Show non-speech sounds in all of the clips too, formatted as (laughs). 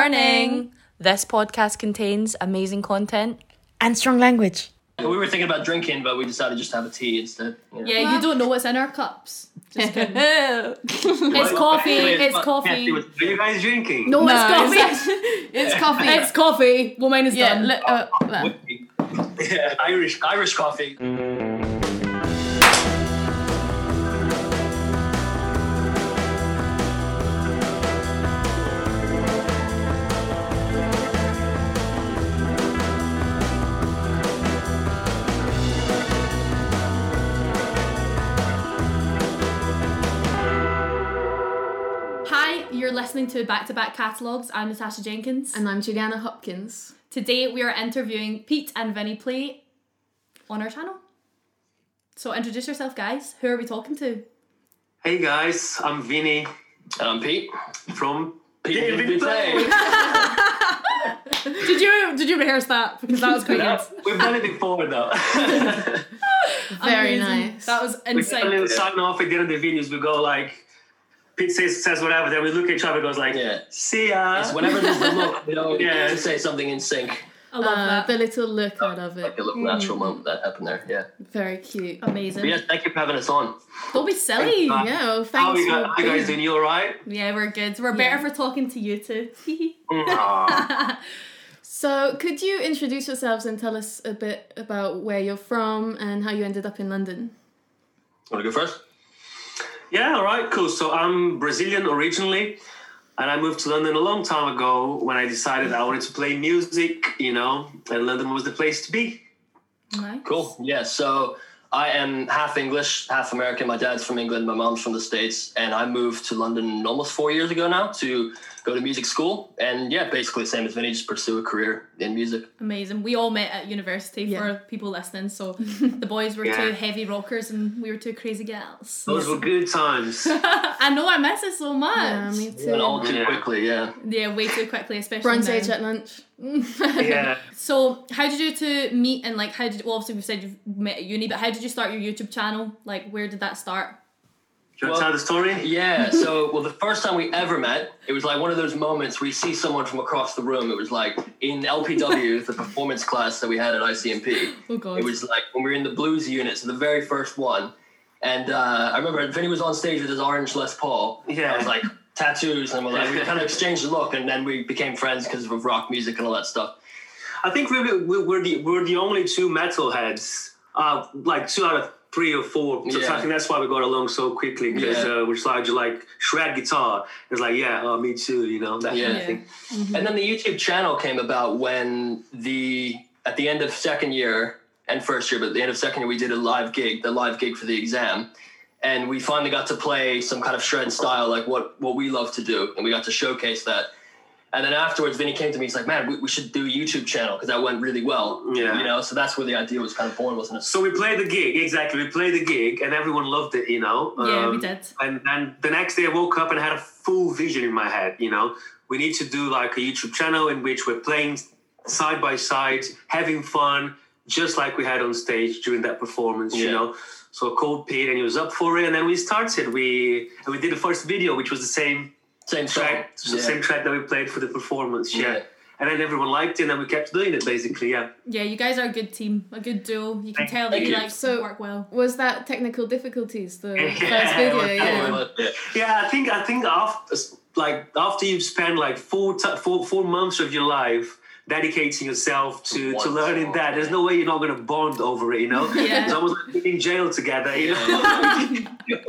Warning! This podcast contains amazing content. and strong language. We were thinking about drinking, but we decided just to have a tea instead. you know. Yeah, you don't know what's in our cups. Just kidding. Well, (laughs) it's coffee. anyway, It's but- can't coffee. do it. Are you guys drinking? No, No, it's (laughs) coffee. It's coffee. It's coffee. Well, mine is yeah, done. li- uh, uh, Yeah, Irish Irish coffee. Hi, you're listening to Back to Back Catalogues. I'm Natasha Jenkins. and I'm Juliana Hopkins. today we are interviewing Pete and Vinny Play on our channel. So introduce yourself, guys. Who are we talking to? Hey guys, I'm Vinny And I'm Pete. from Pete David David Play. Play. Did you did you rehearse that? Because that was (laughs) quite Yeah, good. We've done it before (laughs) though. Very Amazing. nice. That was We get a insane. little sign off at the end of the videos. We go like, Pete says, says whatever, then we look at each other. Goes like, Yeah. see ya. It's whenever there's the look, you know, Yeah. you say something in sync. I love Uh, that. the little look out of it. Like a little Hmm. natural moment that happened there. Yeah. Very cute. Amazing. But yeah, thank you for having us on. Don't be silly. Uh, Yeah, well, How thanks you, guys, for how you being- guys doing? You all right? Yeah, we're good. We're Yeah. better for talking to you (laughs) two. So, could you introduce yourselves and tell us a bit about where you're from and how you ended up in London? Want to go first? Yeah, all right, cool. So I'm Brazilian originally, and I moved to London a long time ago when I decided I wanted to play music, you know, and London was the place to be. nice. Cool. Yeah. So I am half English, half American. My dad's from England. My mom's from the States. And I moved to London almost four years ago now to go to music school. And yeah, basically same as Vinny, just pursue a career in music. Amazing. We all met at university Yeah. for people listening. (laughs) So the boys were Yeah. two heavy rockers and we were two crazy gals. Those were good (laughs) times. (laughs) I know I miss it so much. Yeah, Yeah, Um, me And all too. too Yeah. quickly, yeah. way too quickly, especially Bronze now. age uh, at lunch. (laughs) yeah. So how did you two meet and like how did well obviously we've said you've met at uni, but how did you start your YouTube channel? Like where did that start? Do you want to Well- tell the story? (laughs) Yeah. So, well, the first time we ever met, it was like one of those moments where you see someone from across the room. It was like in (laughs) LPW, the performance class that we had at ICMP. Oh god. It was like when we were in the blues unit, so the very first one. And uh, I remember Vinny was on stage with his orange Les Paul. Yeah. I was like tattoos, and we're like, we kind of exchanged a look, and then we became friends because of rock music and all that stuff. I think we're, we're, we're the we're the only two metalheads, uh, like two out of three or four. So Yeah. I think that's why we got along so quickly because Yeah. uh, we're just like, just like shred guitar. It's like yeah, oh, me too, you know that kind Yeah. of thing. And then the YouTube channel came about when the at the end of second year and first year, but at the end of second year, we did a live gig, the live gig for the exam, and we finally got to play some kind of shred style, like what what we love to do, and we got to showcase that. And then afterwards, Vinny came to me. He's like, "Man, we, we should do a YouTube channel because that went really well." Yeah. you know. So that's where the idea was kind of born, wasn't it? So we played the gig exactly. We played the gig, and everyone loved it, you know. yeah, we Um, did. And and the next day I woke up and had a full vision in my head. You know, we need to do like a YouTube channel in which we're playing side by side, having fun, just like we had on stage during that performance. Yeah. You know, so I called Pete and he was up for it, and then we started. We and we did the first video, which was the same Same song. track, the Yeah. same track that we played for the performance. Yeah. Yeah. And then everyone liked it, and then we kept doing it basically. Yeah. Yeah, you guys are a good team, a good duo. You can Thank- tell that thank you you. like So- work well. Was that technical difficulties, (laughs) the Yeah, first video? well, Yeah. yeah. Yeah, I think I think after like after you've spent like four t- four, four months of your life dedicating yourself to One to learning song. that, there's no way you're not gonna bond over it. You know, Yeah. (laughs) it's almost like being in jail together. You know, You're-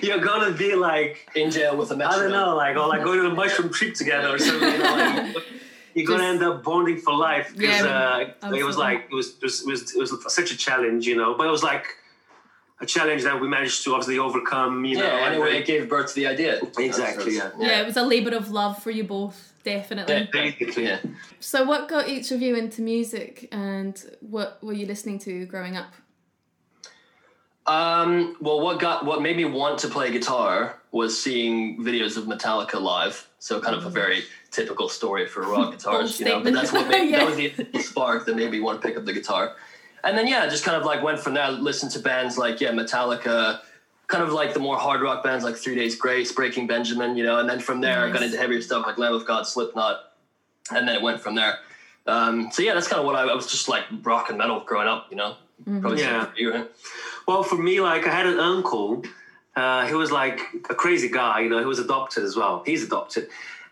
(laughs) you're gonna be like (laughs) In jail with a I metronome. don't know, like or like going on a mushroom trip together (laughs) or something. You know, (laughs) like, you're gonna end up bonding for life because Yeah, uh, it was absolutely. like it was, it was it was it was such a challenge, you know. But it was like a challenge that we managed to obviously overcome. You Yeah. know, and anyway, then- it gave birth to the idea. Exactly, yeah. Yeah. it was a labour of love for you both, definitely. Yeah. Basically. Yeah. So, what got each of you into music and what were you listening to growing up? Um, well, what got what made me want to play guitar was seeing videos of Metallica live. So kind of Mm. a very typical story for rock (laughs) guitars, you know. But statement. that's what made, (laughs) Yeah. that was the initial spark that made me want to pick up the guitar. And then yeah, just kind of like went from there. Listened to bands like yeah, Metallica, kind of like the more hard rock bands like Three Days Grace, Breaking Benjamin, you know, and then from there I got Nice. into heavier stuff like Lamb of God, Slipknot, and then it went from there. Um, so yeah, that's kind of what I, I was just like rock and metal growing up, you know. Mm-hmm. Probably Yeah. same for you, right? Well, for me, like I had an uncle. Uh, he was like a crazy guy, you know. He was adopted as well. He's adopted,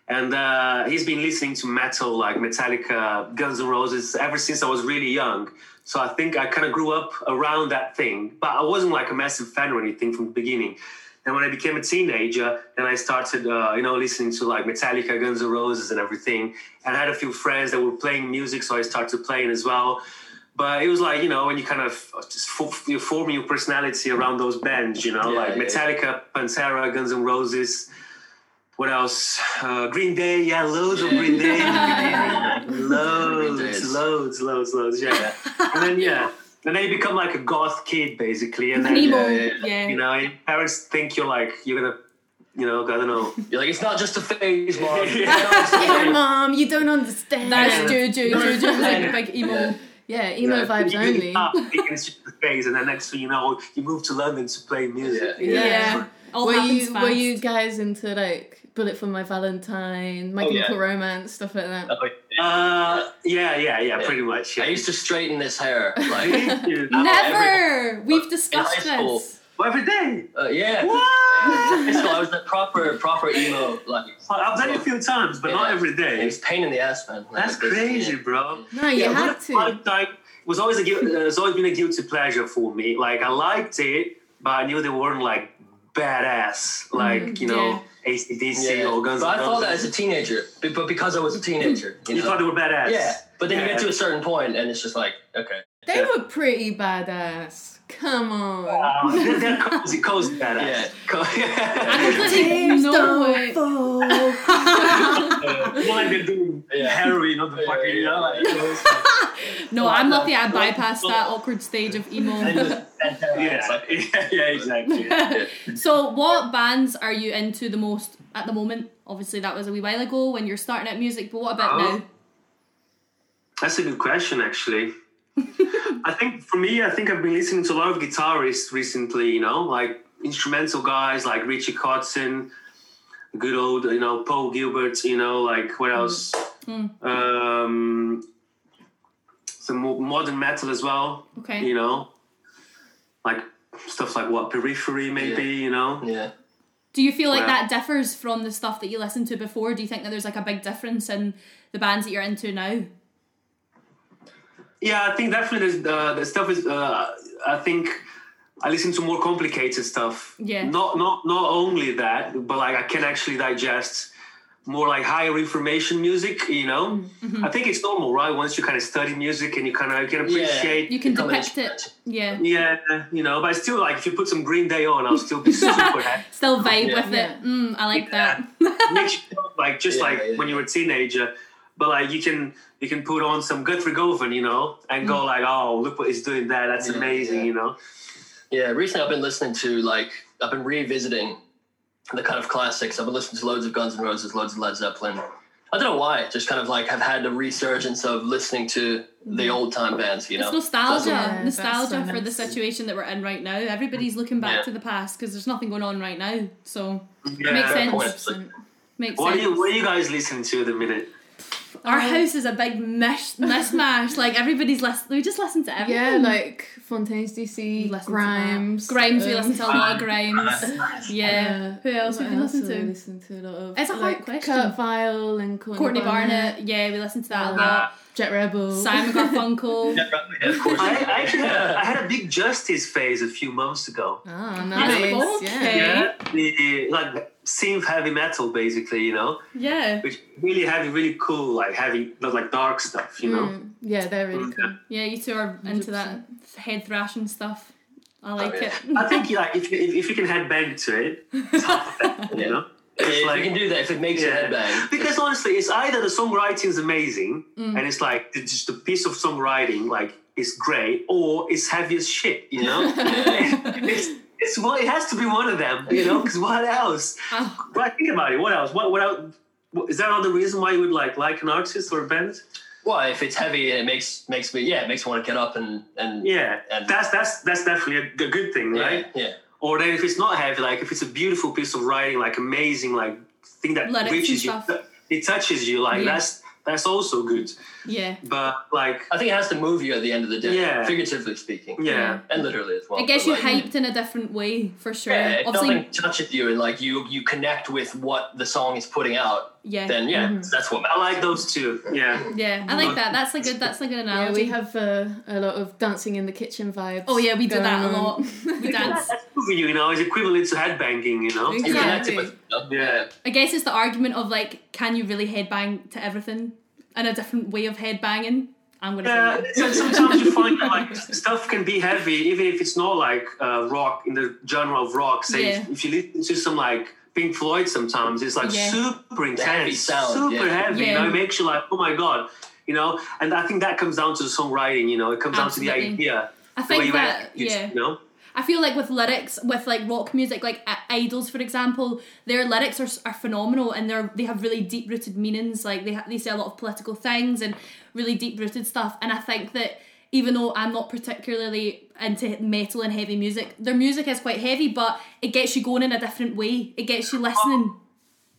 and uh, he's been listening to metal, like Metallica, Guns N' Roses, ever since I was really young. So I think I kind of grew up around that thing, but I wasn't like a massive fan or anything from the beginning. And when I became a teenager, then I started, uh, you know, listening to like Metallica, Guns N' Roses, and everything. And I had a few friends that were playing music, so I started playing as well. But it was like you know when you kind of just fo- you're forming your personality around those bands, you know, Yeah, like yeah, Metallica, Pantera, Guns N' Roses. What else? Uh, Green Day, yeah, loads of Green Day, Green Day loads, is- loads, loads, loads, yeah. And then yeah, and then you become like a goth kid basically, and then yeah, Emo. yeah, Yeah. you know, your parents think you're like you're gonna, you know, I don't know. (laughs) You're like, it's not just a phase, mom. It's Yeah. not just a phase." Mom, you don't understand. That's yeah, Juju. Juju's like a big emo. Yeah. emo Yeah. (laughs) vibes You only. start thinking it's just the phase, and then next thing you know, you move to London to play music. Yeah. Yeah. All were happens you fast. were you guys into like Bullet for My Valentine, My Oh, yeah. Chemical Romance, stuff like that? Oh, yeah. Uh, yeah, yeah, yeah, Yeah. pretty much. I Yeah. used to straighten this hair, (laughs) like, Thank you. Never. We've discussed high school. this. every day. uh, yeah. (laughs) What? so I was the proper, proper emo, like, I've done it a few times, but not Yeah. every day. it's pain in the ass, man. Like, That's this- crazy, bro. No, you Yeah, had to. Valentine was always a guil- uh, has always been a guilty pleasure for me. Like I liked it, but I knew they weren't like badass, like Mm, you know ACDC Yeah. or Guns but N' I thought that as Roses. a teenager, be- but because I was a teenager, you, You know? thought they were badass. yeah. But then you Yeah. get to a certain point, and it's just like, okay, They were pretty badass. Come on. Uh, they're, they're (laughs) cozy, cozy badass. (laughs) yeah, I (laughs) yeah. completely know don't it. fall. More like they're doing Yeah. heroin or the Yeah, fucking, you know, yeah, like, (laughs) No, I'm lucky I bypassed that awkward stage of (laughs) And emo. just- and- it's yeah, like- yeah, (laughs) yeah, exactly. (laughs) so, what bands are you into the most at the moment? Obviously, that was a wee while ago when you're starting out music, but what about Oh. now? That's a good question, actually. I think for me, I think I've been listening to a lot of guitarists recently, you know, like instrumental guys like Richie Kotzen, good old, you know, Paul Gilbert, you know, like what else? Um, some mo- modern metal as well, Okay. you know, like stuff like what, Periphery, maybe, you know? yeah. Do you feel like Wow. that differs from the stuff that you listened to before? Do you think that there's like a big difference in the bands that you're into now? Yeah, I think definitely there's, uh, the stuff is. Uh, I think I listen to more complicated stuff. Yeah. Not not not only that, but like I can actually digest more like higher information music. You know, Mm-hmm. I think it's normal, right? Once you kind of study music and you kind of you can appreciate. You can Become an depict it. Yeah. Yeah, you know, but still, like if you put some Green Day on, I'll (laughs) still be super happy. Still vibe Yeah. with Yeah. it. Mm, I like Yeah. (laughs) that. Makes you feel like just Yeah, like yeah, when you were a teenager, but like you can you can put on some Guthrie Govan, you know, and go like, oh, look what he's doing there. That's Yeah, amazing, yeah. you know. Yeah, recently I've been listening to like I've been revisiting the kind of classics. I've been listening to loads of Guns N' Roses, loads of Led Zeppelin. I don't know why. Just kind of like have had a resurgence of listening to the old time bands. You know, It's nostalgia, Yeah, that's nostalgia so for the nice. situation that we're in right now. Everybody's looking back Yeah. to the past because there's nothing going on right now, so Yeah. makes Fair sense. point. It's like- makes What are sense. you What are you guys listening to at the minute? Our house is a big mish- mishmash. like everybody's listen, we just listen to everything. Yeah, like Fontaine's We listen to DC, that. Grimes. Grimes. We um, listen to a lot of (laughs) Grimes. Yeah. Yeah. Who else what have we listened have we to? listened to a lot of. It's a hard like, question. Kurt Vile and Courtney, Courtney Barnett. Yeah, we listen to that a lot. Jet Rebel. (laughs) Simon (laughs) Garfunkel. Yeah, right, yeah, of course. I, (laughs) I actually had, I had a big Justice phase a few months ago. Ah, Nice. nice. Okay. Yeah. Yeah, the, the, like synth heavy metal, basically, you know, Yeah, which really heavy, really cool, like heavy, but like dark stuff, you know. Mm, yeah, they're really cool. yeah, you two are into that head thrashing stuff. I like yeah. it. I think like if, you- if if you can headbang to it, it's half that, you know. if like- you can do that, if it makes your head bang, (laughs) Because honestly, it's either the songwriting is amazing and it's like it's just a piece of songwriting like is great, or it's heavy as shit, you know. (laughs) (laughs) it's it's one. It has to be one of them, you know. Because what else? Oh, Well, think about it. What else? What what else? what- Is there another reason why you would like like an artist or a band? well, if it's heavy, it makes makes me yeah, it makes me want to get up and and Yeah, And- that's that's that's definitely a, a good thing, yeah, right? yeah. Or then if it's not heavy, like if it's a beautiful piece of writing, like amazing, like thing that Lyrics and reaches you, stuff. it touches you, like Yeah. that's that's also good. (laughs) Yeah. But like, I think it has to move you at the end of the day, Yeah. figuratively speaking, yeah, and literally as well. It gets but you like, hyped in a different way for sure. Yeah, if Obviously, nothing touches you and like you you connect with what the song is putting out, yeah, then yeah, Mm-hmm. Mhm. that's what I matters. like those two. Yeah, yeah. I like that. That's a good. That's a good Yeah, analogy. we have uh, a lot of dancing in the kitchen vibes. oh yeah, we do going that a on. lot. (laughs) we dance. That's moving you, you know, is equivalent to headbanging, you know. You connect Exactly. it with you know? Yeah. I guess it's the argument of like, can you really headbang to everything in a different way of headbanging? I'm gonna Yeah, say so- that. sometimes you find that like stuff can be heavy, even if it's not like uh, rock in the genre of rock. Say Yeah. if, if you listen to some like Pink Floyd, sometimes it's like Yeah. super intense, heavy sound, super yeah. heavy. Yeah. You know, it makes you like, oh my god, you know. And I think that comes down to the songwriting. You know, it comes down to the Absolutely. idea. I the way think you that execute, yeah. You know, I feel like with lyrics, with like rock music, like I- Idols, for example, their lyrics are, are phenomenal and they're they have really deep rooted meanings. Like they ha- they say a lot of political things and really deep rooted stuff. And I think that even though I'm not particularly into metal and heavy music, their music is quite heavy, but it gets you going in a different way. It gets you listening.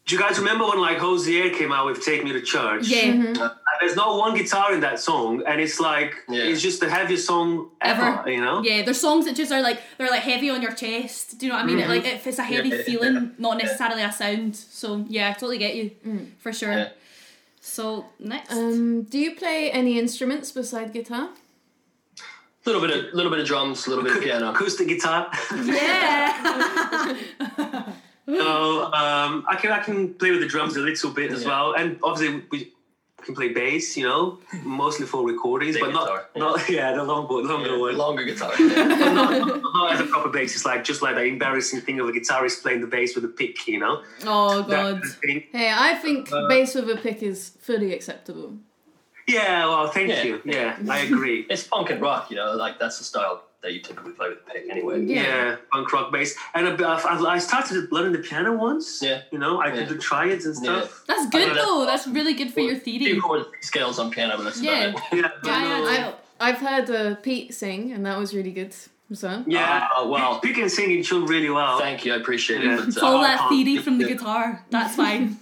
do you guys remember when like Hosier came out with "Take Me to Church"? Yeah, Like, there's not one guitar in that song, and it's like Yeah. it's just the heaviest song ever. Ever. You know. yeah. There's songs that just are like they're like heavy on your chest. Do you know what I mean? It, like if it's a heavy Mm-hmm. Yeah. feeling, not necessarily a sound. So yeah, I totally get you for sure. Yeah. So next. Um, do you play any instruments beside guitar? Little bit of little bit of drums, little bit of piano. Acoustic guitar. (laughs) Yeah. So um, I can I can play with the drums a little bit as Yeah. well, and obviously we can play bass, you know, mostly for recordings, Big but not guitar, yeah. not yeah the long longer Yeah, one, Longer (laughs) guitar. Yeah. but not, (laughs) not as a proper bass. It's like just like the embarrassing thing of a guitarist playing the bass with a pick, you know. oh That kind god. of thing. Hey, I think Uh, bass with a pick is fully acceptable. Yeah, well, thank Yeah. you. Yeah, I agree. it's punk and rock, you know, like that's the style that you typically play with the pick anyway. Yeah. Yeah. punk rock bass, and I, I, I started learning the piano once. Yeah. you know, I Yeah. could do triads and Yeah. stuff. That's I good know though. That's really good for your Two theory. chord scales on piano, but that's (laughs) Yeah. about Yeah, it. Yeah, I've heard uh, Pete sing, and that was really good. So yeah. Ah, well, you can sing uh, and chill really well. thank you, I appreciate Yeah. it. But, all uh, that theory from the Yeah. guitar. That's fine. (laughs)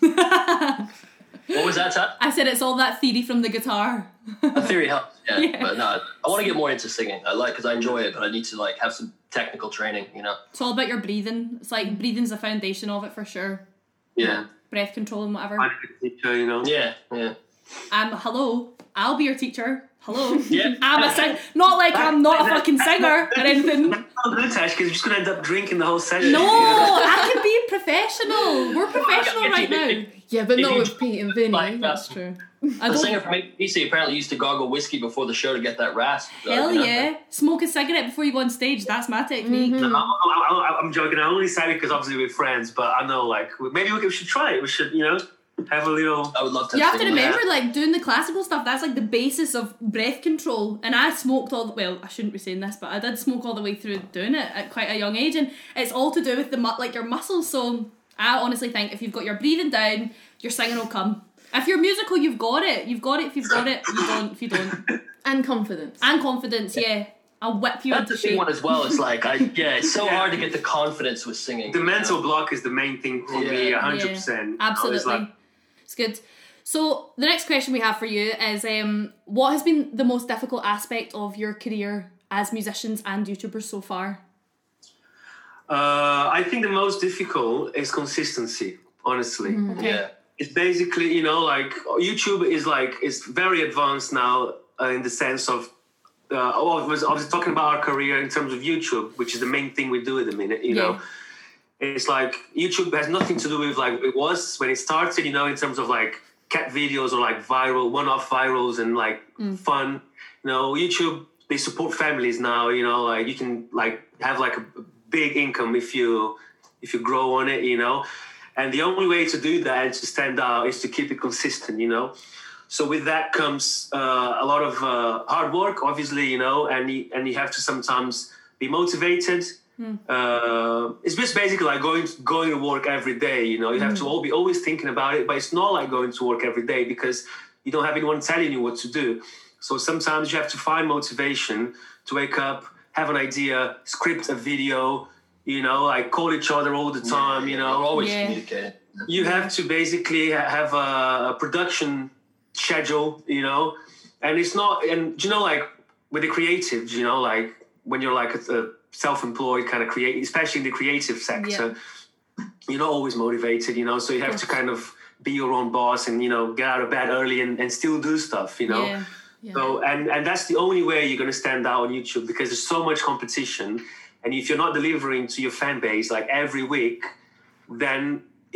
what was that? Todd? I said it's all that theory from the guitar. (laughs) A theory helps, yeah, Yeah. But no, I want to get more into singing. I like because I enjoy it, but I need to like have some technical training, you know. It's all about your breathing. It's like breathing's the foundation of it for sure. Yeah, Breath control and whatever. I'm a teacher, you know. yeah, yeah. Um, hello. I'll be your teacher. Hello. (laughs) (laughs) Yeah. I'm a sing. Not like I'm not a fucking singer or anything. (laughs) not good, Tash, because you're just gonna end up drinking the whole session. No, I can be professional. We're professional right now. yeah, but If not you with Pete and Vinny. like that- that's true. I The don't singer from ABC apparently used to gargle whiskey before the show to get that rasp. uh, Hell you know? yeah! Smoke a cigarette before you go on stage. That's my technique. I'm, I'm, I'm- I'm joking. I only said it because obviously we're friends, but I know like we- maybe we, could- we should try it. We should, you know, have a little. I would love to. You have to sing that. remember, like doing the classical stuff. That's like the basis of breath control. And I smoked all. The, well, I shouldn't be saying this, but I did smoke all the way through doing it at quite a young age, and it's all to do with the mu- like your muscles. So I honestly think if you've got your breathing down, your singing will come. If you're musical, you've got it. You've got it. If you've got it, you don't. If you don't, And confidence. and confidence, yeah, I'll whip you That's into the big shape. one as well. It's like I yeah, it's so (laughs) Yeah. hard to get the confidence with singing. The mental block is the main thing for me, Yeah. 100. percent Absolutely. it's good. So the next question we have for you is um, what has been the most difficult aspect of your career as musicians and YouTubers so far? Uh, I think the most difficult is consistency. Honestly, Yeah. it's basically you know like YouTube is like it's very advanced now uh, in the sense of. Uh, I was I was talking about our career in terms of YouTube, which is the main thing we do at the minute. You know, Yeah. it's like YouTube has nothing to do with like it was when it started, you know, in terms of like cat videos or like viral one-off virals and like fun. You know, YouTube they support families now. You know, like you can like have like a big income if you if you grow on it. You know, and the only way to do that and to stand out is to keep it consistent. You know. So with that comes uh, a lot of uh, hard work, obviously, you know, and you, and you have to sometimes be motivated. Uh, it's just basically like going going to work every day. You know, you have to all be always thinking about it, but it's not like going to work every day because you don't have anyone telling you what to do. So sometimes you have to find motivation to wake up, have an idea, script a video, You know, I call each other all the time. You know, We're always Yeah. communicating. you have to basically ha- have a, a production schedule, you know, and it's not, and you know, like with the creatives, you know, like when you're like a, a self-employed kind of create, especially in the creative sector, you're not always motivated, you know, so you have to kind of be your own boss and you know get out of bed early and, and still do stuff, you know. Yeah. So and and that's the only way you're going to stand out on YouTube because there's so much competition, and if you're not delivering to your fan base like every week, then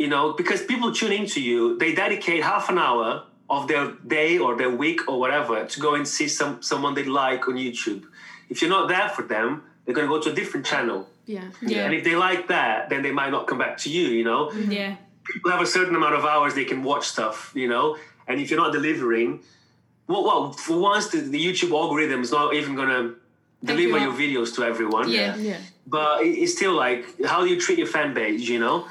you know because people tune into you, they dedicate half an hour of their day or their week or whatever to go and see some someone they like on YouTube. If you're not there for them, they're going to go to a different channel. Yeah. And Yeah. if they like that, then they might not come back to you. You know, Yeah. people have a certain amount of hours they can watch stuff, you know. And if you're not delivering, well, well for once, the, the YouTube algorithm is not even gonna Pick deliver you your up. videos to everyone. Yeah. Yeah. But it- it's still like how you treat your fan base, you know.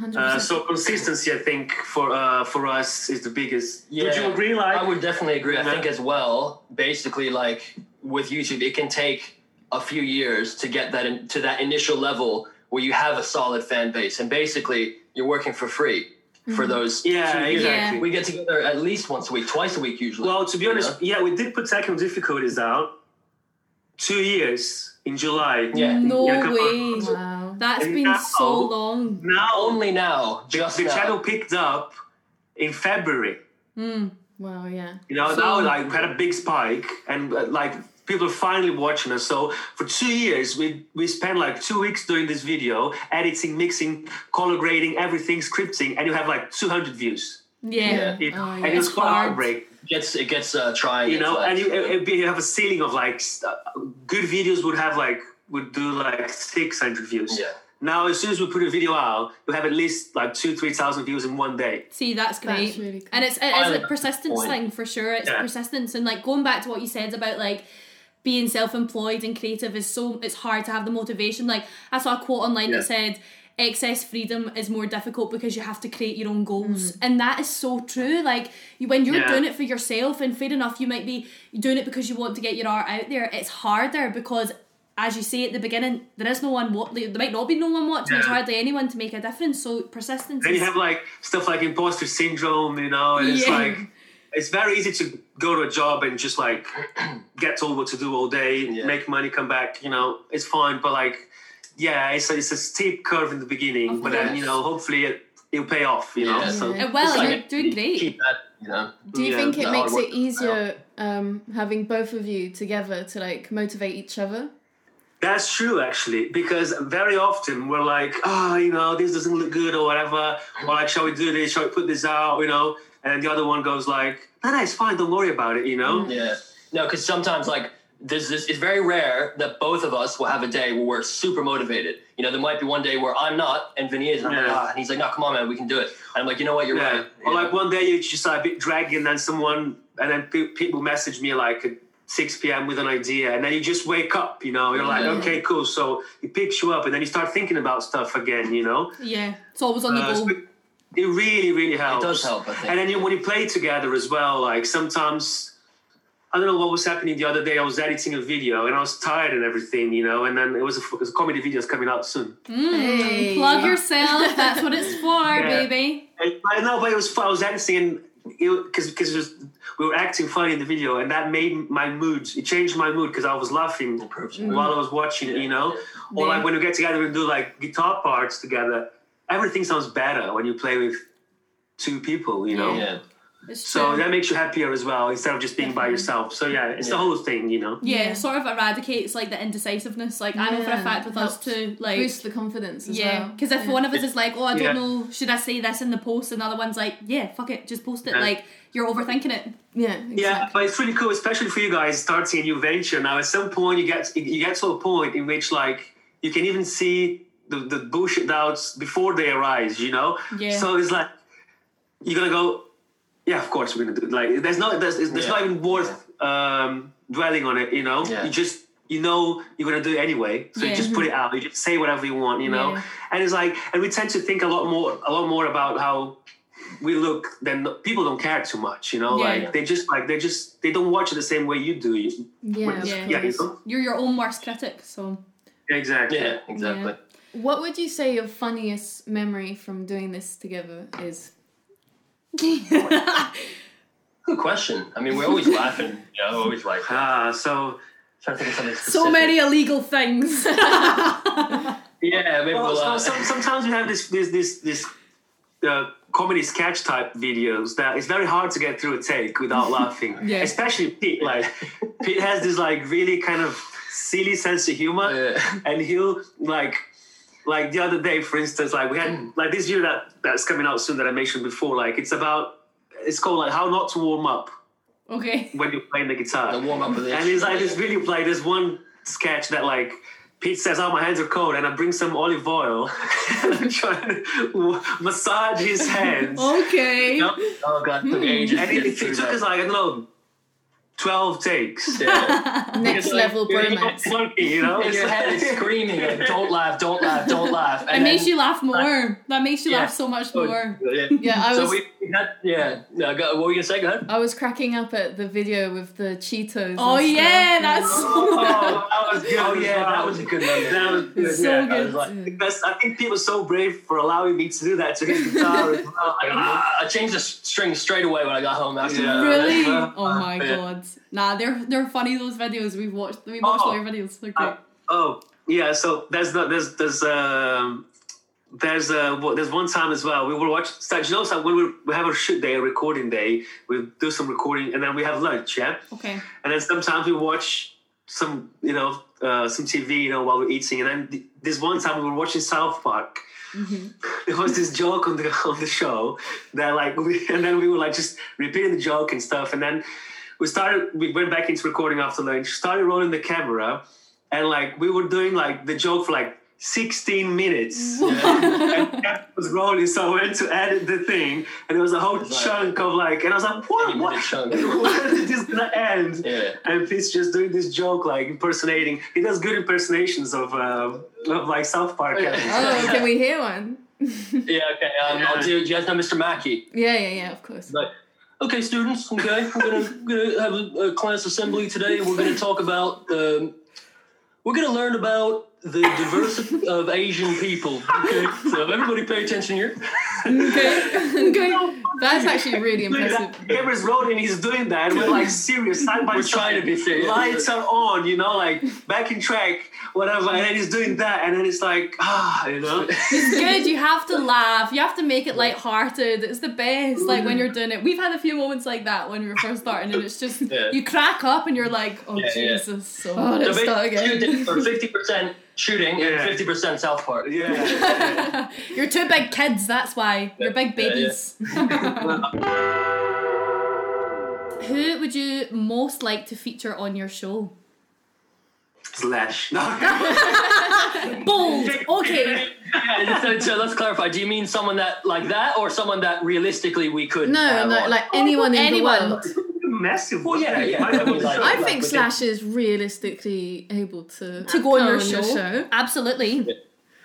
100%. Uh, so consistency, I think, for uh, for us is the biggest. Would you Yeah. agree? Like, I would definitely agree. I Yeah. think as well, basically, like with YouTube, it can take a few years to get that in, to that initial level where you have a solid fan base, and basically you're working for free Mm-hmm. for those. Yeah, two years. exactly. We get together at least once a week, twice a week usually. Well, to be honest, yeah, we did put technical difficulties out two years in July. yeah. No Yeah, come on. way. wow. That's And been now- so long. Now only Only now, just the now. channel picked up in February. Wow. Yeah. You know, So- now like we had a big spike, and uh, like people are finally watching us. So for two years, we we spent like two weeks doing this video, editing, mixing, color grading, everything, scripting, and you have like 200 views. Yeah. It- Oh, and yeah. it was It's quite hard. heartbreak, gets it gets uh, trying. you know. it's, uh, And you, it, it- you have a ceiling of like s- uh, good videos would have like would do like 600 views. Yeah. Now, as soon as we put a video out, you have at least like two, three thousand views in one day. See, that's great. That's really cool. And it's I it's like a that persistence point. thing for sure. It's Yeah. persistence and like going back to what you said about like being self-employed and creative is so it's hard to have the motivation. Like I saw a quote online that Yeah. said excess freedom is more difficult because you have to create your own Mm. goals and that is so true like you, when you're Yeah. doing it for yourself and fair enough you might be doing it because you want to get your art out there it's harder because as you say at the beginning there is no one what there might not be no one watching there's Yeah. hardly anyone to make a difference so persistence then you is- have like stuff like imposter syndrome, you know, and it's Yeah. like it's very easy to go to a job and just like (clears throat) get told what to do all day, Yeah. make money, come back, you know, it's fine. But like, yeah, it's a, it's a steep curve in the beginning, Of but then you course. know, hopefully it it'll pay off, you know. Yeah. So Yeah. Uh, well, it's like you're it- doing you great. Keep that, you know. Do you Yeah. think it No, I makes would- it easier um, having both of you together to like motivate each other? That's true, actually, because very often we're like, oh, you know, this doesn't look good or whatever, or like, shall we do this? Shall we put this out? You know, and the other one goes like, no, no, it's fine. Don't worry about it. You Mm. know, Yeah. No, because sometimes like there's this. It's very rare that both of us will have a day where we're super motivated. You know, there might be one day where I'm not and Vinny is, and I'm like, Yeah. ah, and he's like, no, come on, man, we can do it. And I'm like, you know what, you're Yeah. right. Or like one day you just like a bit draggy, and then someone, and then pe- people message me like at 6 p.m. with an idea, and then you just wake up, you know, you're like, Yeah. okay, cool. So it picks you up, and then you start thinking about stuff again, you know. Yeah, it's always on the Uh, go. so it- it really, really helps. does help, I think. And then you, when you play together as well, like sometimes. I don't know what was happening the other day. I was editing a video and I was tired and everything, you know. And then it was a, it was a comedy video that's coming out soon. Hey. Mm. Plug yourself. That's what it's for, baby. And- I know, but it was fun. I was acting because because it was we were acting funny in the video, and that made my mood. It changed my mood because I was laughing Improves your mood. while I was watching. it, You know, or Yeah. like when we get together and do like guitar parts together, everything sounds better when you play with two people. You know, yeah. It's so true. that makes you happier as well instead of just being by yourself. So yeah, it's the whole thing. You know. yeah, Yeah. sort of eradicates like the indecisiveness. Like I know for a Yeah, fact with us helps too. Like Boost the confidence as yeah, well. because if one of us is like, oh, I don't Yeah. know, should I say this in the post? And the other one's like, yeah, fuck it, just post it. Yeah. Like you're overthinking it. Yeah, Yeah, exactly. but it's really cool, especially for you guys starting a new venture. Now, at some point, you get you get to a point in which like you can even see the the bullshit doubts before they arise. You know, Yeah. so it's like you're gonna go, yeah, of course we're gonna do. It. Like, there's no there's, there's not Yeah. even worth um, dwelling on it. You know, Yeah. you just you know you're gonna do it anyway, so Yeah. you just put it out. You just say whatever you want. You know, Yeah. and it's like, and we tend to think a lot more a lot more about how we look then people don't care too much you know Yeah. like they just like they just they don't watch it the same way you do You- yeah, yeah, of you course. know? (laughs) You're your own worst critic. So exactly Yeah, exactly. What would you say your funniest memory from doing this together is? Good question. I mean, we're always laughing. You know, we're always like Ah, so trying to think of something specific. so many illegal things. (laughs) Yeah, maybe Well, we'll. so- uh, some- sometimes you have this this this this uh, comedy sketch type videos that it's very hard to get through a take (laughs) without laughing. Yeah. Especially Pete. Like Pete has this like really kind of silly sense of humor, Yeah. and he'll like like the other day, for instance, like we Mm. had like this video that that's coming out soon that I mentioned before. Like it's about it's called like how not to warm up okay. when you're playing the guitar. the warm up of the And it's like this really like this one sketch that like Pete says, "Oh, my hands are cold," and I bring some olive oil (laughs) and I'm trying to w- massage his hands. Okay. No. Oh god, it took ages. And to it, get it through took that. us like I don't know, twelve takes. Yeah. Next It's like, level you're not bromance. funny, you know. And It's your head (laughs) is like- screaming, like, "Don't laugh! Don't laugh! Don't laugh!" And It then- makes you laugh more. That makes you Yeah. laugh so much more. Yeah. Yeah, I so was we we had yeah. No, go, what were you gonna say? Go ahead. I was cracking up at the video with the Cheetos. Oh and yeah, stuff. that's Oh, that was good. Oh, as yeah, well. that was a good one. That was good. so yeah. I good. was like, That's, I think Pete was so brave for allowing me to do that to his guitar. as well. Like, ah, "Ah," I changed the s- string straight away when I got home. After Yeah. that. Really? Uh, Oh my yeah. god. Nah, they're they're funny those videos. We've watched we watched all Oh. your videos. Uh, They're great. Oh yeah, so there's not there's there's um there's uh well, there's one time as well we were watching. So you know, so when we, we have a shoot day, a recording day, we do some recording, and then we have lunch, yeah. Okay. And then sometimes we watch some you know uh, some TV, you know, while we're eating. And then th- this one time we were watching South Park. (laughs) There was this joke on the on the show that like, we, (laughs) and then we were like just repeating the joke and stuff. And then we started, we went back into recording after lunch, started rolling the camera, and like we were doing like the joke for like 16 minutes. (laughs) and the (laughs) camera was rolling, so I went to edit the thing, and there was a whole Right. chunk of like, and I was like, what? You did a what? (laughs) chunk. when is this gonna end? Yeah. And Pete's just doing this joke, like impersonating. He does good impersonations of, uh, of like South Park. Yeah. characters. Oh, can we hear one? Yeah. Okay. Um, I'll do. Do you guys know Mr. Mackey? Yeah, yeah, yeah. Of course. Like, okay, students. Okay, we're (laughs) gonna, gonna have a, a class assembly today. We're gonna talk about. Um, we're gonna learn about the diversity of Asian people. Okay, so everybody, pay attention here. Okay. (laughs) okay. That's actually really Doing impressive. that. Cameron's rolling, he's doing that. and We're like serious, side by We're side. trying to be serious. Lights are on, you know, like back in track, whatever. And then he's doing that, and then it's like, ah, (laughs) you (laughs) know. It's good. You have to laugh. You have to make it lighthearted. It's the best. Like when you're doing it. We've had a few moments like that when we were first starting, and it's just Yeah. you crack up and you're like, oh Yeah, yeah. Jesus. So Oh, So let's start basically, two again. days for fifty percent shooting Yeah. and fifty percent South Park. Yeah. you're two big kids. That's why you're big Yeah, yeah. babies. (laughs) Who would you most like to feature on your show? Slash. (laughs) (laughs) No. Bold. Okay. And so, so let's clarify. Do you mean someone that like that, or someone that realistically we could? No, have no, on? like anyone in anyone. the world. Massive. Well, yeah, yeah. Might have been Like- I like- think within- Slash is realistically able to to go on come your show. Absolutely. that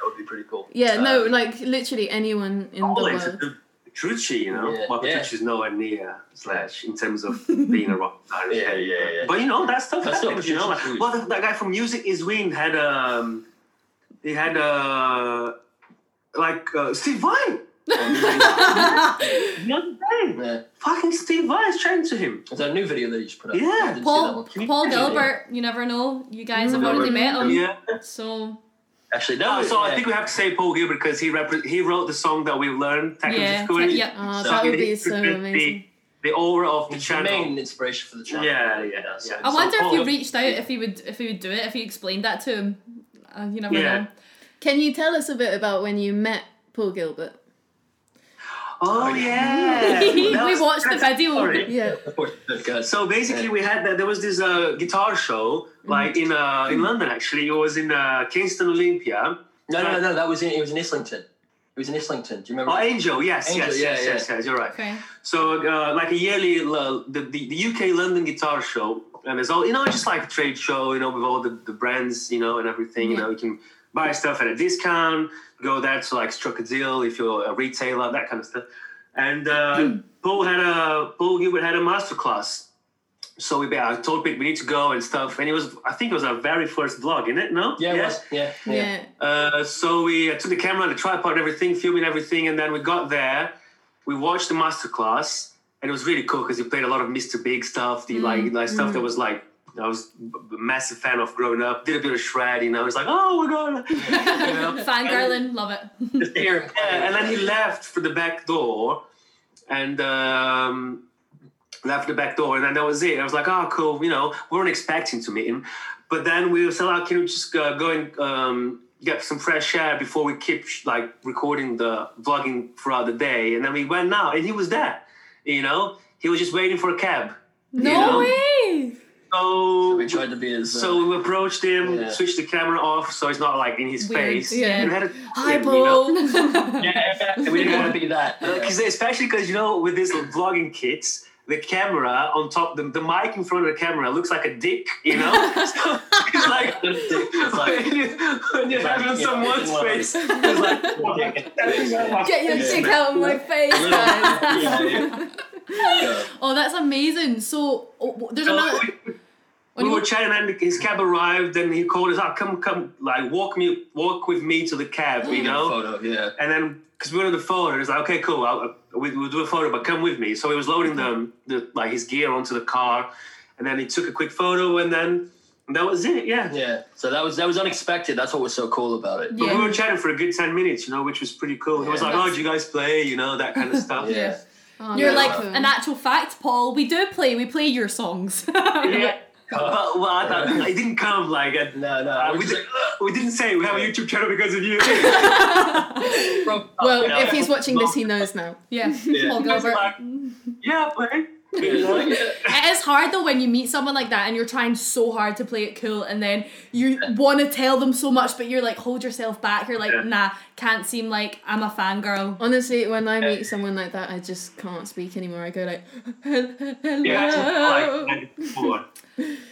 would be pretty cool. Yeah, no, Uh, Um, like literally anyone in the Ollie to world. do Petrucci, you know, Yeah, but yeah. Petrucci's nowhere near Slash in terms of being a rock star. (laughs) Yeah, yeah, yeah. But you know that stuff That's still happens. You know, like, Petrucci's well, that, that guy from Music Is Win had um, he had uh, like uh, Steve Vai. The other day, yeah. fucking Steve Vai is chatting to him. Is that a new video that you just put up? Yeah, I didn't see that Paul one. Paul Gilbert, you never know. You guys have Mm. already met him. Yeah. So Actually, that No, was. so I yeah. think we have to say Paul Gilbert because he repre- he wrote the song that we learned technically. yeah, school. te- yep. Ah, So that would be he so represents amazing. The, the aura of the It's the channel. main inspiration for the channel. Yeah, yeah, so- yeah. I So wonder if Paul- you reached out if he would if he would do it if you explained that to him. Uh, you never Yeah. know. Can you tell us a bit about when you met Paul Gilbert? Oh yeah, That we was- watched the video. Sorry. Yeah. Of course, good guys. So basically, we had that. There was this uh, guitar show, like in uh, in London. Actually, it was in uh, Kingston Olympia. no, no, no, no. That was in. It was in Islington. It was in Islington. Do you remember? Oh, Angel. Yes, Angel, yes, yeah, yes, yeah. yes, yes. You're right. Okay. So uh, like a yearly uh, the, the the UK London guitar show, and it's all you know, just like a trade show, you know, with all the, the brands, you know, and everything. You know, you can buy stuff at a discount, go there to like struck a deal if you're a retailer, Hmm. that kind of stuff. And uh, Paul had a Paul Gilbert had a masterclass So we, I told Pete we need to go and stuff, and it was I think it was our very first vlog, isn't it? No, Yeah, it yes. was. yeah, yeah, yeah. Uh, so we uh, took the camera, the tripod, and everything, filming everything, and then we got there. We watched the masterclass, and it was really cool because he played a lot of Mr. Big stuff, the like, like stuff that was like I was a massive fan of growing up. Did a bit of shred, you know. It's like, oh my god, you know? (laughs) Fangirling, love (laughs) it. Here. Yeah, and then he left for the back door, and um, left the back door, and then that was it. I was like, oh, cool. You know, we weren't expecting to meet him, but then we said, oh, can we just uh, go and um, get some fresh air before we keep like recording the vlogging throughout the day? And then we went out, and he was there. You know, he was just waiting for a cab. No know? way. So. We tried to be as uh, so we approached him, Yeah. switched the camera off, so it's not like in his Weird, face. yeah. And had a- Hi, you know? bro. (laughs) yeah, yeah, we didn't want to be that. Uh, Yeah. (laughs) 'cause especially because you know with these vlogging kits the camera on top the, the mic in front of the camera looks like a dick you know so it's like It's like- when you- when you're it's like, having yeah, someone's it's one of (laughs) face these- it's like what the heck? Get your dick out of my face, guys. Yeah, yeah. Yeah. (laughs) Oh, that's amazing. So oh, w- there's so another. we, when we you- were chatting and his cab arrived and he called us out come come like walk me walk with me to the cab you know Photo, yeah. and then because we were on the phone, and it's like, okay, cool, I'll, we, we'll do a photo, but come with me. So he was loading the, the like his gear onto the car, and then he took a quick photo, and then and that was it. Yeah. Yeah. So that was that was unexpected. That's what was so cool about it. But we Yeah. were chatting for a good ten minutes, you know, which was pretty cool. It was Yeah. like, oh, do you guys play? You know, that kind of stuff. Yeah. Oh, You're that's like cool. an actual fact, Paul. We do play. We play your songs. (laughs) Yeah. But well, I thought, it didn't come like uh, No, no. uh, we're we, just did, we didn't say we have a YouTube channel because (laughs) of you. like, (laughs) bro, Well, Yeah. if he's watching this, he knows now. (laughs) yeah. Yeah. Paul It's Gilbert. like, yeah, play. it's like, yeah. It is hard though when you meet someone like that and you're trying so hard to play it cool and then you want to tell them so much but you're like hold yourself back. You're like Yeah. nah, can't seem like I'm a fangirl. Honestly, when I meet someone like that, I just can't speak anymore. I go like, (laughs) hello. Yeah, Yeah. like, like before.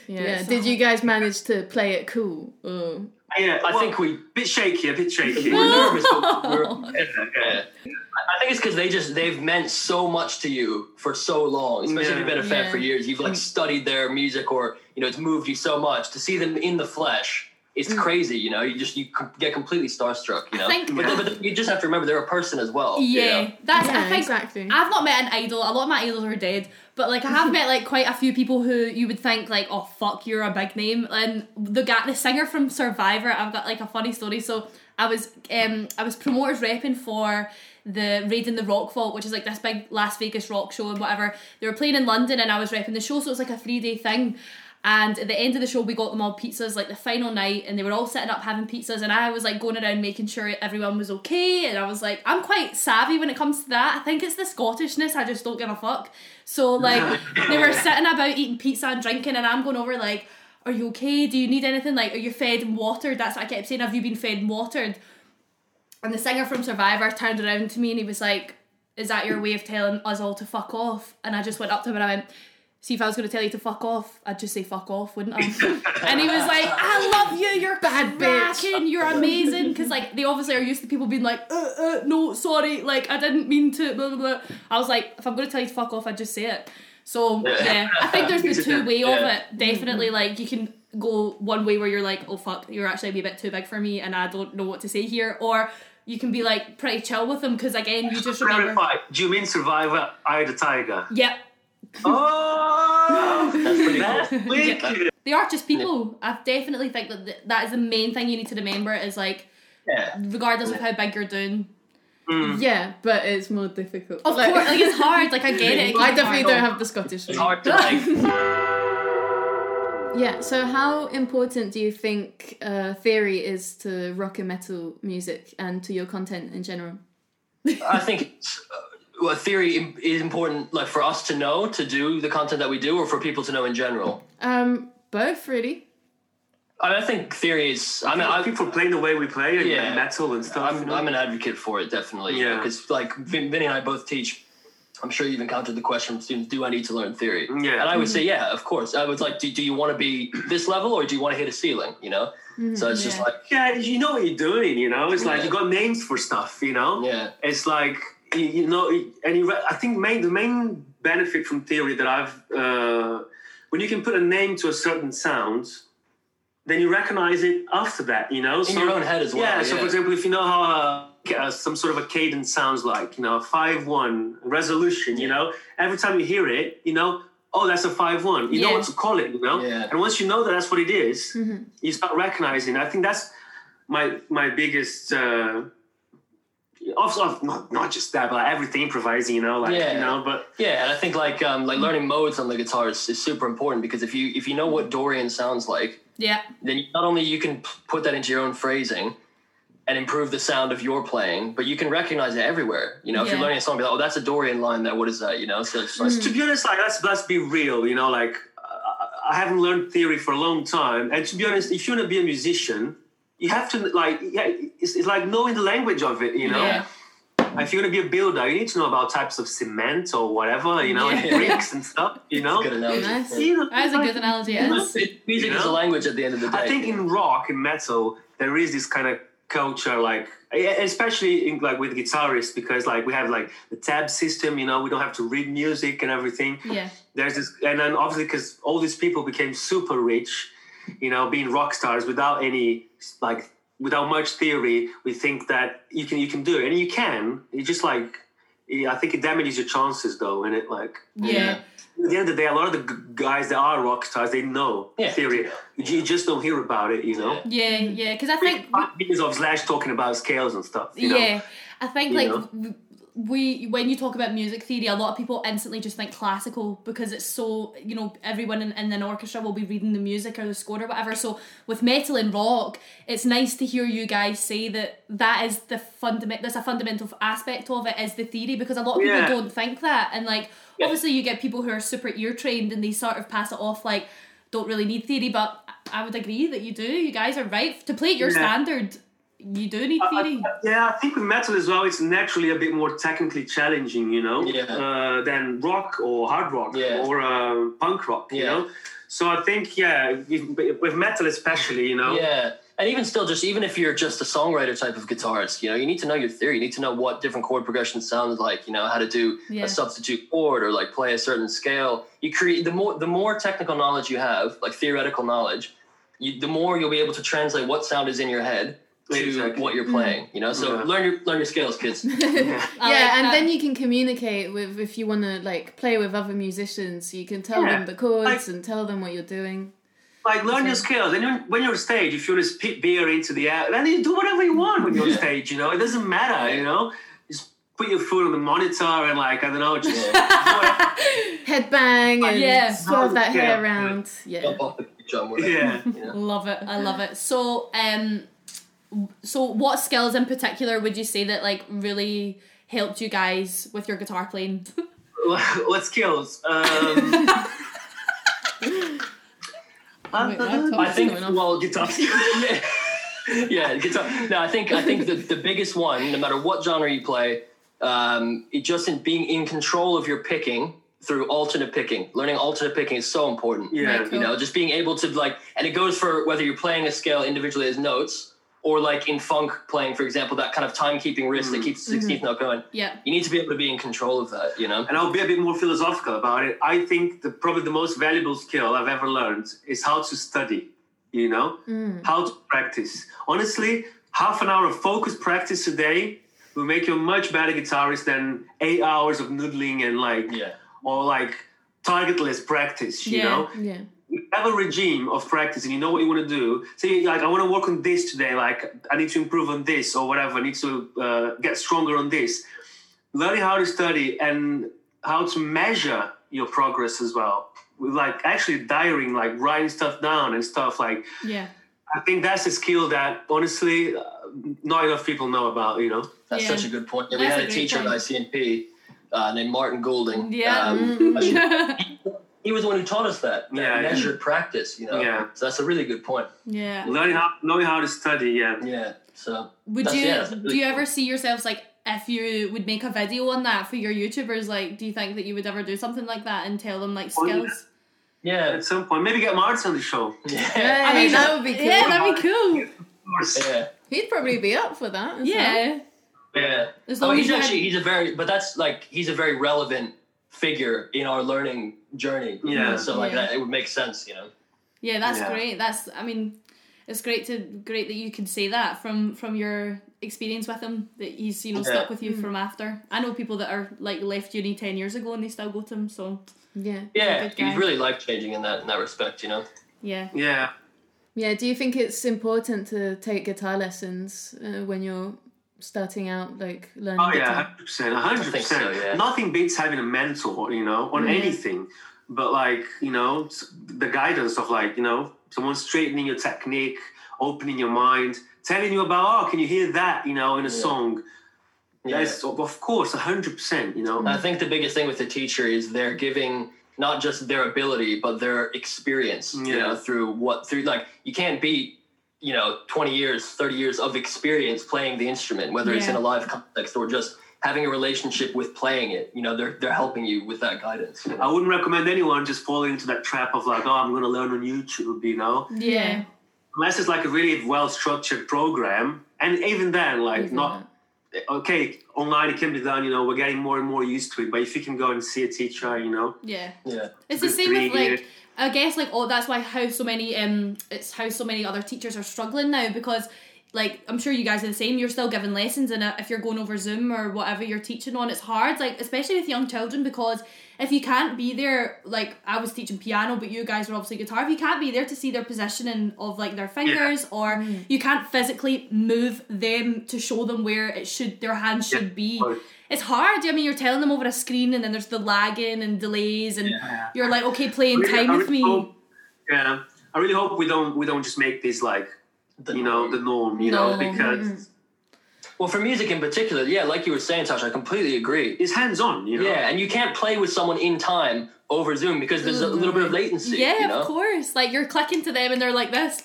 Yes. Did you guys manage to play it cool? Or... Yeah, (laughs) I think we a bit shaky, a bit shaky. we're nervous. But we're, (laughs) Yeah, yeah. I think it's because they just they've meant so much to you for so long. Especially if you've been a fan Yeah. for years, you've like studied their music or you know it's moved you so much. To see them in the flesh, it's crazy. You know, you just you com- get completely starstruck. You know, think- but, then- but then you just have to remember they're a person as well. you Oh, Yeah, (laughs) know? that's Yeah, I think exactly. I've not met an idol. A lot of my idols are dead, but like I (laughs) have met like quite a few people who you would think like, oh fuck, you're a big name. And the guy, the singer from Survivor, I've got like a funny story. So I was um I was promoters repping for the Raid in the Rock Vault, which is like this big Las Vegas rock show and whatever. They were playing in London, and I was repping the show, so it was like a three day thing. And at the end of the show, we got them all pizzas, like the final night, and they were all sitting up having pizzas. And I was like going around making sure everyone was okay. And I was like, I'm quite savvy when it comes to that. I think it's the Scottishness, I just don't give a fuck. So, like, they were sitting about eating pizza and drinking, and I'm going over, like, Are you okay? Do you need anything? Like, are you fed and watered? That's what I kept saying. Have you been fed and watered? And the singer from Survivor turned around to me and he was like, Is that your way of telling us all to fuck off? And I just went up to him and I went, See, if I was going to tell you to fuck off, I'd just say fuck off, wouldn't I? and he was like, I love you, you're Bad bitch. cracking, you're amazing. Because, like, they obviously are used to people being like, uh, uh, no, sorry, like, I didn't mean to, blah, blah, blah. I was like, if I'm going to tell you to fuck off, I'd just say it. So, Yeah. yeah, I think there's the two way of Yeah. it. Definitely, like, you can go one way where you're like, oh, fuck, you're actually a wee bit too big for me and I don't know what to say here. Or you can be, like, pretty chill with them because, again, you (laughs) just remember. Clarify. Do you mean Survivor? I the (laughs) Tiger. Yep, Oh, That's pretty that's cool. wicked. they are just people. I definitely think that th- that is the main thing you need to remember is like, Yeah. regardless of how big you're doing. Yeah, but it's more difficult. Of course, like (laughs) it's hard. Like I get it. it can I be definitely hard. don't have the Scottish. It's hard to like. Yeah. So, how important do you think uh, theory is to rock and metal music and to your content in general? I think it's, uh, well, theory im- is important, like for us to know to do the content that we do, or for people to know in general. Um, both really. I, mean, I think theory is. I mean, I, People playing the way we play and Yeah. metal and stuff. you I'm, know? I'm an advocate for it definitely Yeah. because like Vin, Vinny and I both teach I'm sure you've encountered the question from students do I need to learn theory Yeah. and I would say yeah of course I was like do, do you want to be this level or do you want to hit a ceiling you know so it's just yeah. like yeah, you know what you're doing. You know, it's like Yeah. you got names for stuff. You know, yeah it's like you, you know, and you, re- I think main the main benefit from theory that I've. Uh, when you can put a name to a certain sound, then you recognize it after that, you know? In your own head as well, Yeah, so yeah. for example, if you know how uh, ca- uh, some sort of a cadence sounds like, you know, a 5 1 resolution, you know, every time you hear it, you know, oh, that's a 5 1. You know Yeah. what to call it, you know? Yeah. And once you know that that's what it is, you start recognizing. I think that's my my biggest. Uh, also, of- not not just that, but everything improvising, you know, like Yeah. you know, but Yeah, and I think like um, like learning modes on the guitar is, is super important because if you if you know what Dorian sounds like, Yeah. then you- not only you can p- put that into your own phrasing and improve the sound of your playing, but you can recognize it everywhere. You know, if you're Yeah. learning a song, be like, oh, that's a Dorian line. There, what is that? You know, so it's Mm. like, to be honest, like let's let's be real, you know, like I- I haven't learned theory for a long time, and to be honest, if you want to be a musician, you have to like yeah, it's, it's like knowing the language of it, you know. Yeah. If you want to be a builder, you need to know about types of cement or whatever, you know, Yeah. and bricks and stuff, you know. good analogy. Nice. You know, That is a good analogy. it Yeah. is. Music Oh, You is a know? language at the end of the day. I think in rock and metal there is this kind of culture, like e-, especially in, like with guitarists, because like we have like the tab system, you know, we don't have to read music and everything. Yeah. There's this, and then obviously because all these people became super rich, you know, being rock stars without any like without much theory. We think that you can you can do it, and you can. You just like yeah, I think it damages your chances though, and it like Yeah. at the end of the day, a lot of the g- guys that are rock stars, they know Yeah. theory. You just don't hear about it, you know. Yeah. Yeah. Yeah. Because I think. Five videos of Slash talking about scales and stuff. You know? yeah i think You like know? w we when you talk about music theory a lot of people instantly just think classical because it's so you know everyone in, in an orchestra will be reading the music or the score or whatever so with metal and rock it's nice to hear you guys say that that is the fundament that's a fundamental aspect of it is the theory because a lot of people Yeah. don't think that and like obviously you get people who are super ear trained and they sort of pass it off like don't really need theory but i would agree that you do you guys are right to play at your Yeah. standard you do need theory Yeah, I think with metal as well, it's naturally a bit more technically challenging, you know, Yeah. uh, than rock or hard rock Yeah. or uh, punk rock, you Yeah. know. So I think, yeah, with with metal especially, you know, Yeah. And even still, just even if you're just a songwriter type of guitarist, you know, you need to know your theory. You need to know what different chord progressions sound like. You know how to do Yeah. a substitute chord or like play a certain scale. You create the more the more technical knowledge you have, like theoretical knowledge, you, the more you'll be able to translate what sound is in your head to Exactly. what you're playing. You know, so Yeah. learn your learn your scales, kids. Yeah. yeah, I like and that. then you can communicate with if you want to like play with other musicians. You can tell Yeah, them the chords like- and tell them what you're doing. like learn your skills. And when- when you're on stage, if you want to spit beer into the air, then you do whatever you want when you're on stage. You know, it doesn't matter. You know, just put your foot on the monitor and like I don't know, just Headbang and Yeah. swirl that Yeah. hair around. Yeah. Jump off the drum. whatever. yeah. Love it. I love it. So, um, so what skills in particular would you say that like really helped you guys with your guitar playing? (laughs) (laughs) what skills? Um, I think Someone else. well, guitar. yeah, guitar. (laughs) No, I think I think the, the biggest one, no matter what genre you play, um, it just in being in control of your picking through alternate picking. Learning alternate picking is so important. Yeah. Right, You know, just being able to like, and it goes for whether you're playing a scale individually as notes or like in funk playing, for example, that kind of timekeeping wrist that keeps the 16th note going. yeah. You need to be able to be in control of that. You know. and I'll be a bit more philosophical about it. I think the probably the most valuable skill I've ever learned is how to study. You know, Mm. how to practice. Honestly, half an hour of focused practice a day will make you a much better guitarist than eight hours of noodling and like Yeah. or like targetless practice. You Yeah. know, Yeah. have a regime of practice and you know what you want to do say like i want to work on this today like i need to improve on this or whatever i need to uh, get stronger on this learning how to study and how to measure your progress as well With, like actually diarying like writing stuff down and stuff like Yeah. (laughs) i think that's a skill that honestly uh, not enough people know about you know That's Yeah. such a good point. Yeah, we That's had a a great teacher at point. ICNP uh, named Martin Goulding. Yeah. Mm-hmm. Um, he was the one who taught us that, that Yeah, yeah. measured practice, you know? Yeah. So that's a really good point. yeah. learning how knowing how to study yeah Yeah. So, Would That's- you yeah, that's really do you cool. ever see yourselves like if you would make a video on that for your YouTubers? Like, do you think that you would ever do something like that and tell them like Oh, yeah. skills? yeah. at some point maybe get martin on the show (laughs) Yeah. I mean, that would be cool. Yeah, that'd be cool. Yeah. He'd probably be up for that. as well. Yeah. Yeah. As Oh, long as he's you had- actually, he's a very, but that's like, he's a very relevant figure in our learning journey. you Yeah. know, So like Yeah. that, it would make sense, you know. Yeah, that's Yeah. great. That's I mean, it's great to great that you can say that from from your experience with him that he's you know Yeah. stuck with you from after. I know people that are like left uni ten years ago and they still go to him. So Yeah. Yeah, good he was guy. really life changing in that in that respect, you know. yeah, Yeah. Yeah. Do you think it's important to take guitar lessons uh, when you're starting out, like learning Oh yeah, guitar? hundred percent, hundred think so, yeah. Mm-hmm. percent. Nothing beats having a mentor, you know, on anything. But like, you know, s- the guidance of like, you know, someone straightening your technique, opening your mind, telling you about, oh, can you hear that, you know, in a Yeah. song? Yeah. Mm-hmm. Yes, of of course, hundred percent. You know, I think the biggest thing with the teacher is they're giving not just their ability but their experience, you Yeah. know, through what through like you can't beat you know 20 years 30 years of experience playing the instrument whether it's Yeah. in a live context or just having a relationship with playing it you know they're they're helping you with that guidance you know? I wouldn't recommend anyone just falling into that trap of like, oh, I'm going to learn on YouTube, you know, yeah, unless it's like a really well structured program. And even then, like, Even not okay. Online it can be done, you know. We're getting more and more used to it. But if you can go and see a teacher, you know, yeah. yeah It's the Good same with reading. like I guess like oh that's why how so many um it's how so many other teachers are struggling now because like I'm sure you guys are the same. You're still giving lessons, and uh, if you're going over Zoom or whatever you're teaching on, it's hard. Like especially with young children because if you can't be there, like I was teaching piano, but you guys were obviously guitar. If you can't be there to see their positioning of like their fingers, or you can't physically move them to show them where it should their hand should be. Right. It's hard. I mean, you're telling them over a screen, and then there's the lagging and delays, and you're like, okay, play in Really- time I with really me. hope- yeah, I really hope we don't we don't just make this like The you know the norm, you know, No. because well for music in particular yeah like you were saying Tasha I completely agree it's hands on, you know. yeah and you can't play with someone in time over Zoom because there's a little bit of latency Mm-hmm. Yeah, you know of course. Like you're clicking to them, and they're like, this.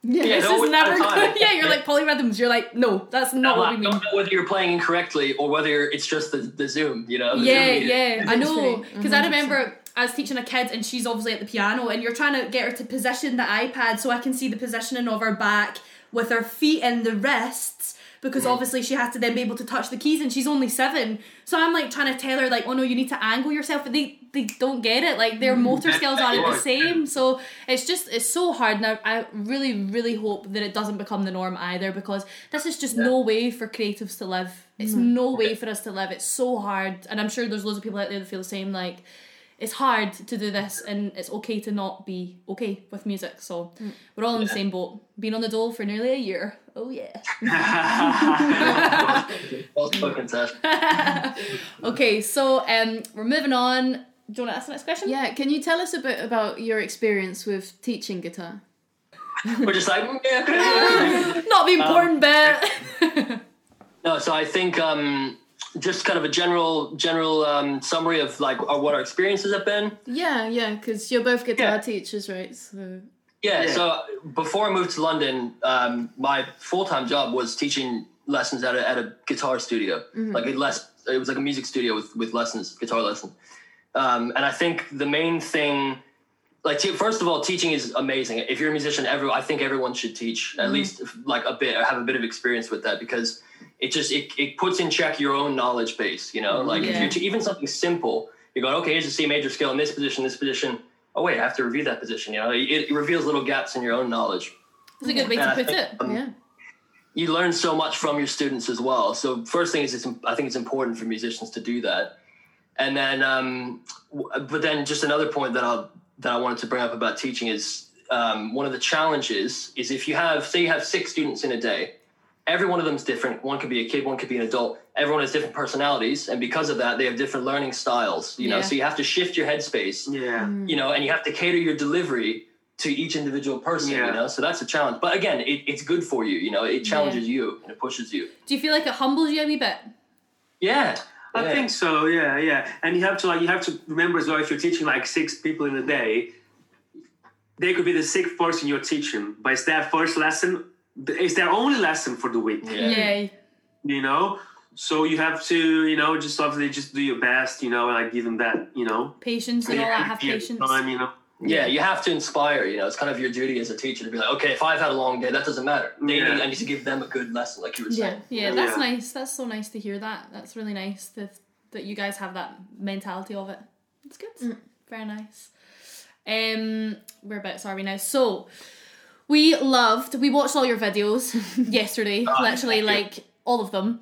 Yeah, This they're is always never out of good. time. (laughs) Yeah, you're like polyrhythms. You're like, no, that's No, not what I we don't mean. know whether you're playing incorrectly or whether it's just the, the Zoom, you know? the Yeah, Zoom meeting. yeah, I know. Interesting. Because I 100%. remember I was teaching a kid, and she's obviously at the piano, and you're trying to get her to position the iPad so I can see the positioning of her back with her feet and the wrists. Because obviously she has to then be able to touch the keys, and she's only seven. So I'm like trying to tell her like, oh no, you need to angle yourself, but they they don't get it. Like their motor skills aren't the Yeah. same. So it's just it's so hard. Now I really really hope that it doesn't become the norm either, because this is just no way for creatives to live. It's no way for us to live. It's so hard, and I'm sure there's loads of people out there that feel the same. Like it's hard to do this, and it's okay to not be okay with music. So we're all in the same boat. Been on the dole for nearly a year. Oh yeah. (laughs) Well spoken, Tash. Okay, so um, we're moving on. Do you want to ask the next question? Yeah, can you tell us a bit about your experience with teaching guitar? We're just like, "Mm, yeah, okay." Not the important bit. no, so I think um, just kind of a general general um, summary of like our, what our experiences have been. Yeah, yeah, because you're both guitar Yeah. teachers, right? So Yeah, Yeah. so before I moved to London, um, my full time job was teaching lessons at a, at a guitar studio. Like a less, it was like a music studio with, with lessons, guitar lessons. Um, and I think the main thing, like te- first of all, teaching is amazing. If you're a musician, every I think everyone should teach at least like a bit or have a bit of experience with that because it just it, it puts in check your own knowledge base. You know, like if Yeah. you're te- even something simple, you're going okay. Here's a C major scale in this position, this position. Oh wait, I have to review that position. You know, it, it reveals little gaps in your own knowledge. It's a good way And to I put think, it. um, yeah, you learn so much from your students as well. So first thing is, it's, I think it's important for musicians to do that. And then, um, w- but then just another point that I that I wanted to bring up about teaching is um, one of the challenges is if you have say you have six students in a day, every one of them's different. One could be a kid, one could be an adult. Everyone has different personalities, and because of that, they have different learning styles. You know, Yeah. so you have to shift your headspace yeah. Mm. you know, and you have to cater your delivery to each individual person, Yeah. you know. So that's a challenge. But again, it, it's good for you, you know. It challenges you and it pushes you. Do you feel like it humbles you a wee bit? Yeah, I yeah. think so. Yeah, yeah. And you have to like you have to remember as well if you're teaching like six people in a day, they could be the sixth person you're teaching, but it's their first lesson. It's their only lesson for the week. Yeah. You know. So you have to, you know, just obviously just do your best, you know, and like give them that, you know, Patience and all that. Have energy at the patience. time, you know. Yeah, you have to inspire, you know. It's kind of your duty as a teacher to be like, okay, if I've had a long day, that doesn't matter. They Yeah. need, I need to give them a good lesson, like you were saying. Yeah, that's Yeah. nice. That's so nice Mm. to hear that. That's really nice to, that you guys have that mentality of it. It's good. Very nice. Um, whereabouts are we now? So, we loved. We watched all your videos (laughs) yesterday. literally, like all of (laughs) them.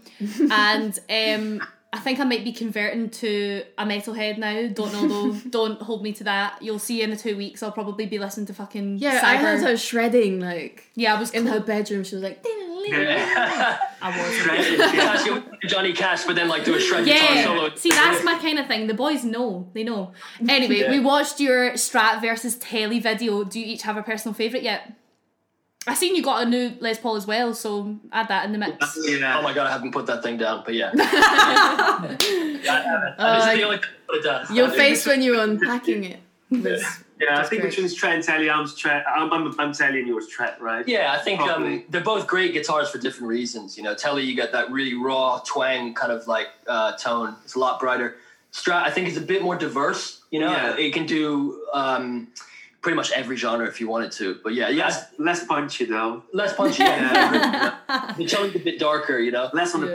and um, I think I might be converting to a metalhead now. Don't know (laughs) though. Don't hold me to that. You'll see in the two weeks. I'll probably be listening to fucking Yeah, Cyber. I heard her shredding like yeah, I was in cl- her bedroom. She was like, "Ding-a-ling." (laughs) Yeah. I was. Guys, you want (laughs) Johnny Cash, but then like do a shred Oh, guitar Yeah. solo. See, that's my kind of thing. The boys know. They know. Anyway, Yeah. we watched your Strat versus Telly video. Do you each have a personal favourite yet? I seen you got a new Les Paul as well, so add that in the mix. Yeah. Oh my god, I haven't put that thing down, but yeah. yeah I haven't. this is the only thing I put it down. (laughs) your I think face this- when you were unpacking it was yeah, I That's think great. between Strat and Tally, I'm Strat. I'm, I'm, I'm Tally and you're Strat, right? Yeah, I think um, Probably. they're both great guitars for different reasons. You know, Telly, you got that really raw twang kind of like uh, tone. It's a lot brighter. Strat, I think, is a bit more diverse. You know, Yeah. it can do um, pretty much every genre if you wanted to. But yeah, yeah, Less, less punchy though. less punchy. (laughs) Yeah. the tone's a bit darker, you know. Less on Yeah. the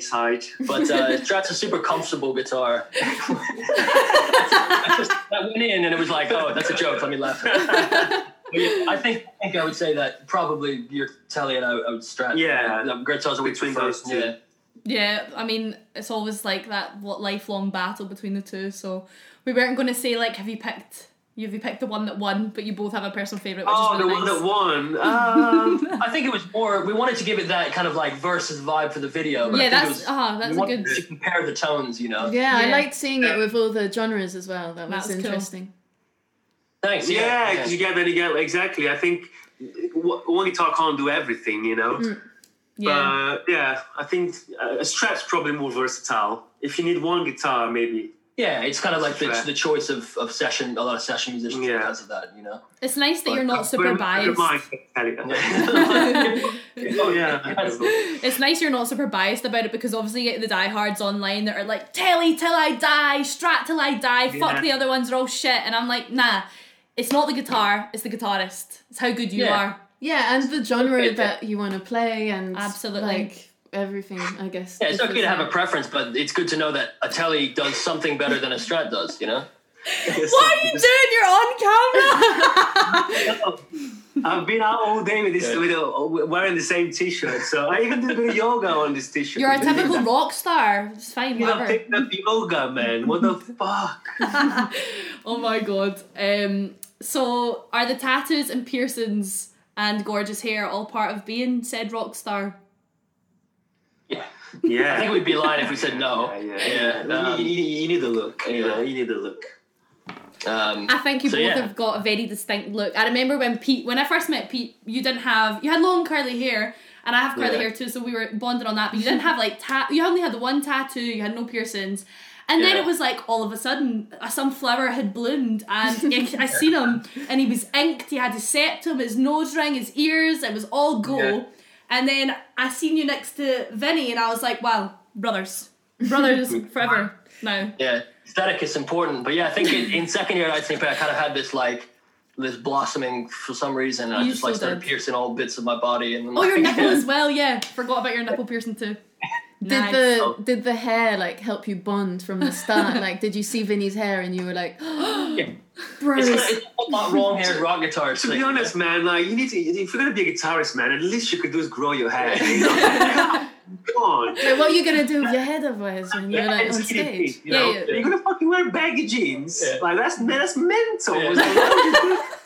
(laughs) side. But (laughs) uh, Strat's a super comfortable guitar. I just I went in and it was like, oh, that's a joke. Let me laugh. But yeah, I think I think I would say that probably you're telly and I, I would Strat. uh, Yeah. the guitars are Between those two. Yeah. Yeah, I mean, it's always like that what lifelong battle between the two. So we weren't going to say like, have you picked? Have you picked the one that won? But you both have a personal favourite. Which Oh, is the really one nice. that won. (laughs) Um, I think it was more. We wanted to give it that kind of like versus vibe for the video. But I Yeah, think that's it was, ah, that's we a wanted good. to compare the tones. You know. (laughs) Yeah, I Yeah. liked seeing it with all the genres as well. That was That's cool. interesting. Thanks. yeah, because you get then you get exactly. I think w- one guitar can't do everything, you know. Mm, Yeah, But yeah, I think uh, a Strat's probably more versatile. If you need one guitar, maybe. yeah, it's kind of like the, Strat. the choice of, of session. A lot of session musicians Yeah. because of that. You know. (laughs) it's nice that you're not But- super but biased. mine, Tally. (laughs) (laughs) oh yeah. It's nice you're not super biased about it because obviously you get the diehards online that are like telly till I die, strat till I die, fuck Yeah. the other ones are all shit, and I'm like nah, it's not the guitar, it's the guitarist, it's how good you Yeah. are. Yeah, and the genre that you want to play and Absolutely. like everything, I guess. Yeah, it's differs okay to have a now. preference, but it's good to know that a telly does something better than a strat does, you know? (laughs) What are you doing? You're on camera. I've been out all day with this, Yeah. with a, wearing the same T-shirt. So I even did a bit of yoga on this T-shirt. you're a typical (laughs) rock star. It's fine, I'm whatever. picking up yoga, man. What the fuck? Oh my god. Um. So are the tattoos and piercings and gorgeous hair all part of being said rock star? Yeah. Yeah. I think we'd be lying if we said no. (laughs) yeah, Yeah. You- you, you- you need a look. You yeah. know, you need a look. Um, I think you So, both yeah. have got a very distinct look. I remember when Pete, when I first met Pete, you didn't have you had long curly hair, and I have curly Yeah. hair too, so we were bonded on that. But you didn't have like tat, you only had the one tattoo, you had no piercings, and then Yeah. it was like all of a sudden a sunflower had bloomed, and (laughs) I, I seen him, and he was inked. He had his septum, his nose ring, his ears. It was all go. Yeah. And then I seen you next to Vinny, and I was like, wow, brothers, (laughs) brothers forever now. yeah. Aesthetic is important. But yeah, I think in, in second year at St. I kind of had this like, this blossoming for some reason. And I You just like still started did. piercing all bits of my body. And then, (laughs) Oh, your like, nipple as well. Yeah, forgot about your nipple piercing too. Did Nice. the did the hair like help you bond from the start? like, did you see Vinny's hair and you were like, "Oh, It's, bros? kinda- it's a lot wrong (laughs) haired rock guitars. To be thing. (laughs) honest, man, like you need to. If you're gonna be a guitarist, man, at least you could do is grow your hair. you know? Come (laughs) on. Like, what are you gonna do with your head otherwise when you're like on it's easy, stage? you know? Yeah, yeah. You're gonna fucking wear baggy jeans. Yeah. Like that's that's mental. Yeah. It's like, what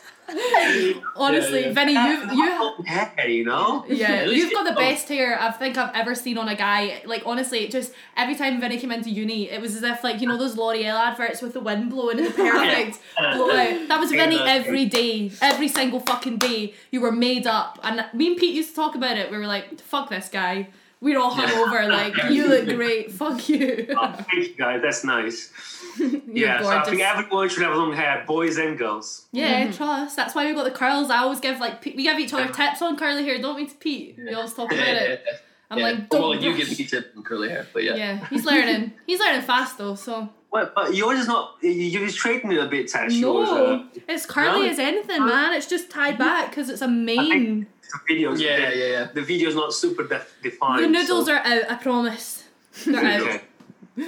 Honestly, Yeah, yeah. Vinny, would you you you do? hair, you know. yeah, At least you've got the it- best hair I think I've ever seen on a guy. Like honestly, it just every time Vinny came into uni, it was as if like you know those L'Oreal adverts with the wind blowing (laughs) and the perfect blowout. That was Vinny Exactly. every day, every single fucking day. You were made up, and me and Pete used to talk about it. We were like, "Fuck this guy." We're all hungover. Like you (laughs) look great. Fuck you. Oh, Uh, thank you, guys. That's nice. (laughs) You're yeah, so I think everyone should have long hair, boys and girls. Yeah, Mm-hmm. trust. That's why we got the curls. I always give like Pete- we give each other tips on curly hair, don't we, to Pete? We always talk about it. I'm Yeah. like, don't. well, you give rush." me tip from curly hair, but yeah. Yeah, he's learning. he's learning fast though. So What, but yours is not. You, you straightened it a bit, Tash. Yours, uh, no, it's curly No. as anything, man. It's just tied Mm-hmm. back because it's a mane. the videos. Yeah, yeah, the, yeah. The video's not super def- defined. The noodles so. are out. I promise. They're out. (laughs) Okay.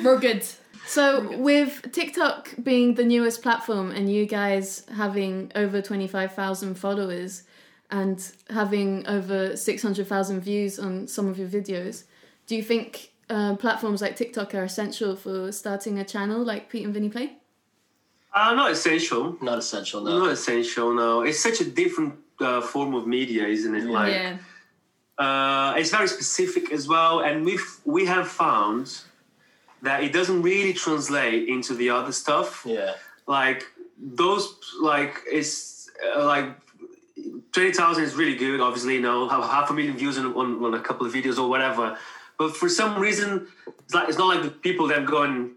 We're good. So with TikTok being the newest platform and you guys having over 25,000 followers and having over 600,000 views on some of your videos, do you think uh, platforms like TikTok are essential for starting a channel like Pete and Vinny Play? Uh, not essential. Not essential, no. Not essential. No, it's such a different uh, form of media, isn't it? Like, yeah. uh, it's very specific as well, and we we have found that it doesn't really translate into the other stuff. Yeah. Like those, like it's uh, like. 20,000 is really good, obviously, you know, have half a million views on, on, on a couple of videos or whatever. But for some reason, it's, like, it's not like the people that go and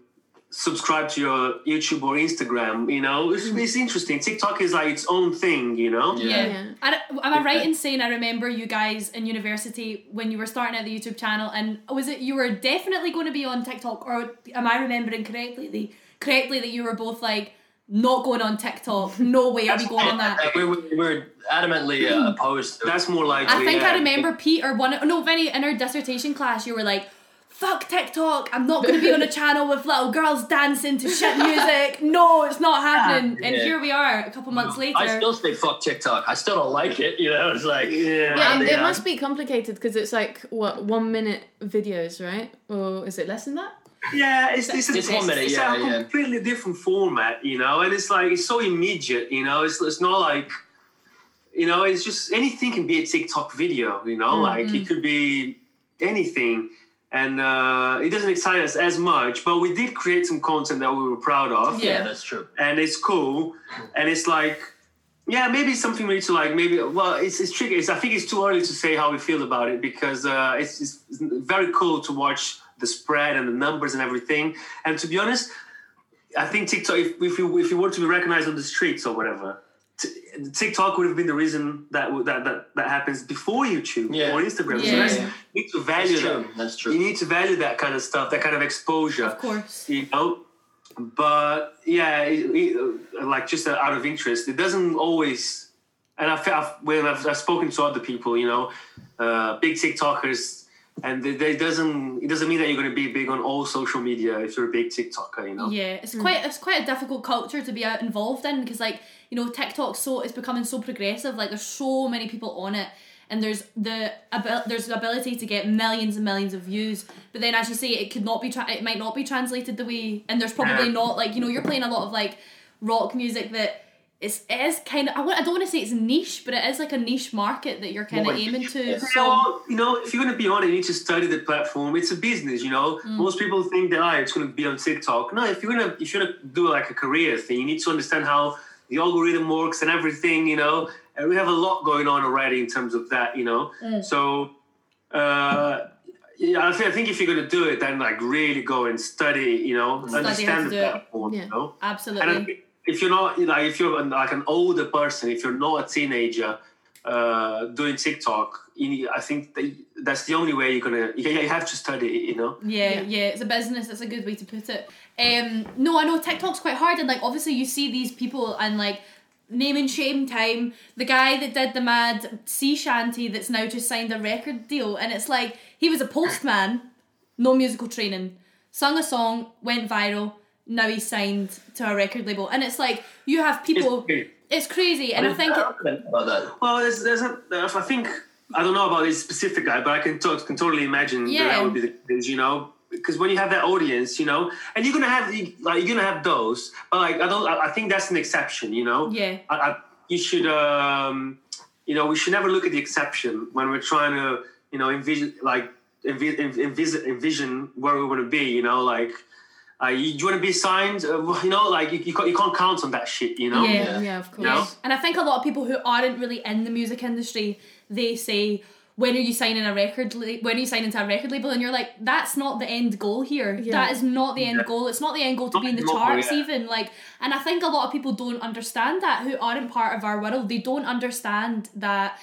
subscribe to your YouTube or Instagram, you know, it's, it's interesting. TikTok is like its own thing, you know? Yeah. Yeah. Yeah. I don't- am I right in saying I remember you guys in university when you were starting out the YouTube channel and was it you were definitely going to be on TikTok or am I remembering correctly the correctly that you were both like not going on TikTok? No way are we going on that. Like, we, we we were adamantly Hmm. uh, opposed to it. That's more likely. I think yeah. I remember Pete or one no Vinny in our dissertation class you were like fuck TikTok I'm not going to (laughs) be on a channel with little girls dancing to shit music no it's not happening and Ah, Yeah. here we are a couple months later I still say fuck TikTok. I still don't like it. You know, it's like Yeah. Yeah, and yeah. it must be complicated because it's like what one minute videos, right? Or is it less than that? Yeah, it's, it's, It's one minute, it's yeah, a yeah. completely different format, you know, and it's like it's so immediate, you know. It's it's not like, you know, it's just anything can be a TikTok video, you Mm-hmm. know, like it could be anything, and uh, it doesn't excite us as much. But we did create some content that we were proud of, yeah, Yeah. that's true. and it's cool, and it's like. Yeah, maybe it's something we need to like. Maybe well, it's it's tricky. It's, I think it's too early to say how we feel about it because uh, it's, it's it's very cool to watch the spread and the numbers and everything. And to be honest, I think TikTok. If if you if you were to be recognized on the streets or whatever, t- TikTok would have been the reason that w- that that, that happens before YouTube Yeah. or Instagram. Yeah. So that's, Yeah. you need to That's value true. that. That's You true. need to value that kind of stuff, that kind of exposure of course you know but yeah it, it, uh, like just out of interest it doesn't always and i've, I've when I've, I've spoken to other people you know uh, big tiktokers and they, they doesn't it doesn't mean that you're going to be big on all social media if you're a big tiktoker you know Yeah, it's quite it's quite a difficult culture to be uh, involved in because like you know TikTok so it's becoming so progressive. Like there's so many people on it, and there's the abil- there's the ability to get millions and millions of views. But then as you say, it could not be tra- it might not be translated the way, and there's probably Yeah. not like you know you're playing a lot of like rock music that. It's, it is kind of I, want, I don't want to say it's niche but it is like a niche market that you're kind More of aiming niche, to yeah. so So, you know, if you're going to be on it, you need to study the platform. It's a business, you know. Mm. Most people think that ah, it's going to be on TikTok. No, if you're going to if you're going to do like a career thing, you need to understand how the algorithm works and everything, you know. And we have a lot going on already in terms of that, you know. Mm. So, uh, yeah, I think, I think if you're going to do it, then like really go and study, you know, how to understand do the it. platform, Yeah. you know. And I absolutely think if you're not like if you're like an older person, if you're not a teenager uh, doing TikTok, you need, I think that that's the only way you're gonna. You, you have to study it, you know. Yeah, Yeah. yeah, it's a business. That's a good way to put it. Um, no, I know TikTok's quite hard, and like obviously you see these people and like name and shame time. The guy that did the mad sea shanty that's now just signed a record deal, and it's like he was a postman, no musical training, sung a song, went viral. Now he's signed to a record label, and it's like you have people. It's crazy. crazy, and I think it, don't know about that. Well, there's, there's a, I think I don't know about this specific guy, but I can, to- can totally imagine that, Yeah. that would be the case, you know. Because when you have that audience, you know, and you're gonna have like you're gonna have those, but like I don't, I I think that's an exception, you know. yeah, I, I, you should, um, you know, we should never look at the exception when we're trying to, you know, envision like envi- envi- envis- envision where we want to be. You know, like uh, you, you want to be signed. Uh, well, you know, like you, you, can't, you can't count on that shit. You know. Yeah. Yeah, of course. No. And I think a lot of people who aren't really in the music industry, they say, "When are you signing a record? La- when are you signing to a record label?" And you're like, "That's not the end goal here. Yeah. That is not the end Yeah. goal. It's not the end goal to be in the Not the goal, charts, yeah. even like." And I think a lot of people don't understand that who aren't part of our world. They don't understand that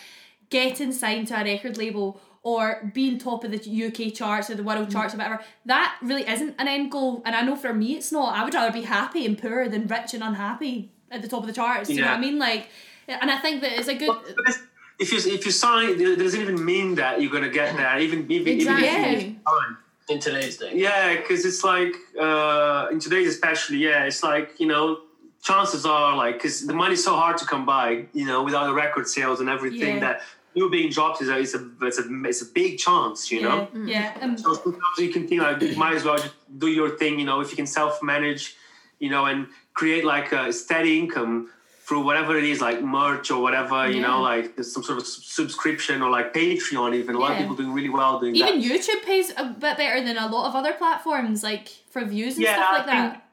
getting signed to a record label or being top of the UK charts or the world charts or whatever, that really isn't an end goal. And I know for me it's not. I would rather be happy and poor than rich and unhappy at the top of the charts. Do you know what I Yeah. mean? Like and I think that it's a good But it's- If you if you sign, it doesn't even mean that you're gonna get there. Even even, even if you Exactly. sign. in today's day. Yeah, because it's like uh, in today's especially, yeah, it's like you know, chances are like because the money's so hard to come by, you know, without the record sales and everything Yeah. that you being dropped is a it's a it's a it's a big chance, you know. yeah, yeah. Um, So sometimes you can think like you might as well just do your thing, you know, if you can self manage, you know, and create like a steady income through whatever it is, like merch or whatever, you know, like some sort of s- subscription or like Patreon. Even a lot of Yeah. people doing really well doing that. even YouTube pays a bit better than a lot of other platforms, like for views and Yeah, stuff like I think- that.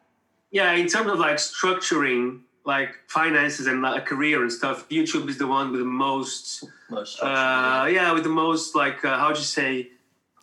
yeah in terms of like structuring like finances and like, a career and stuff youtube is the one with the most Most uh yeah with the most like uh, how do you say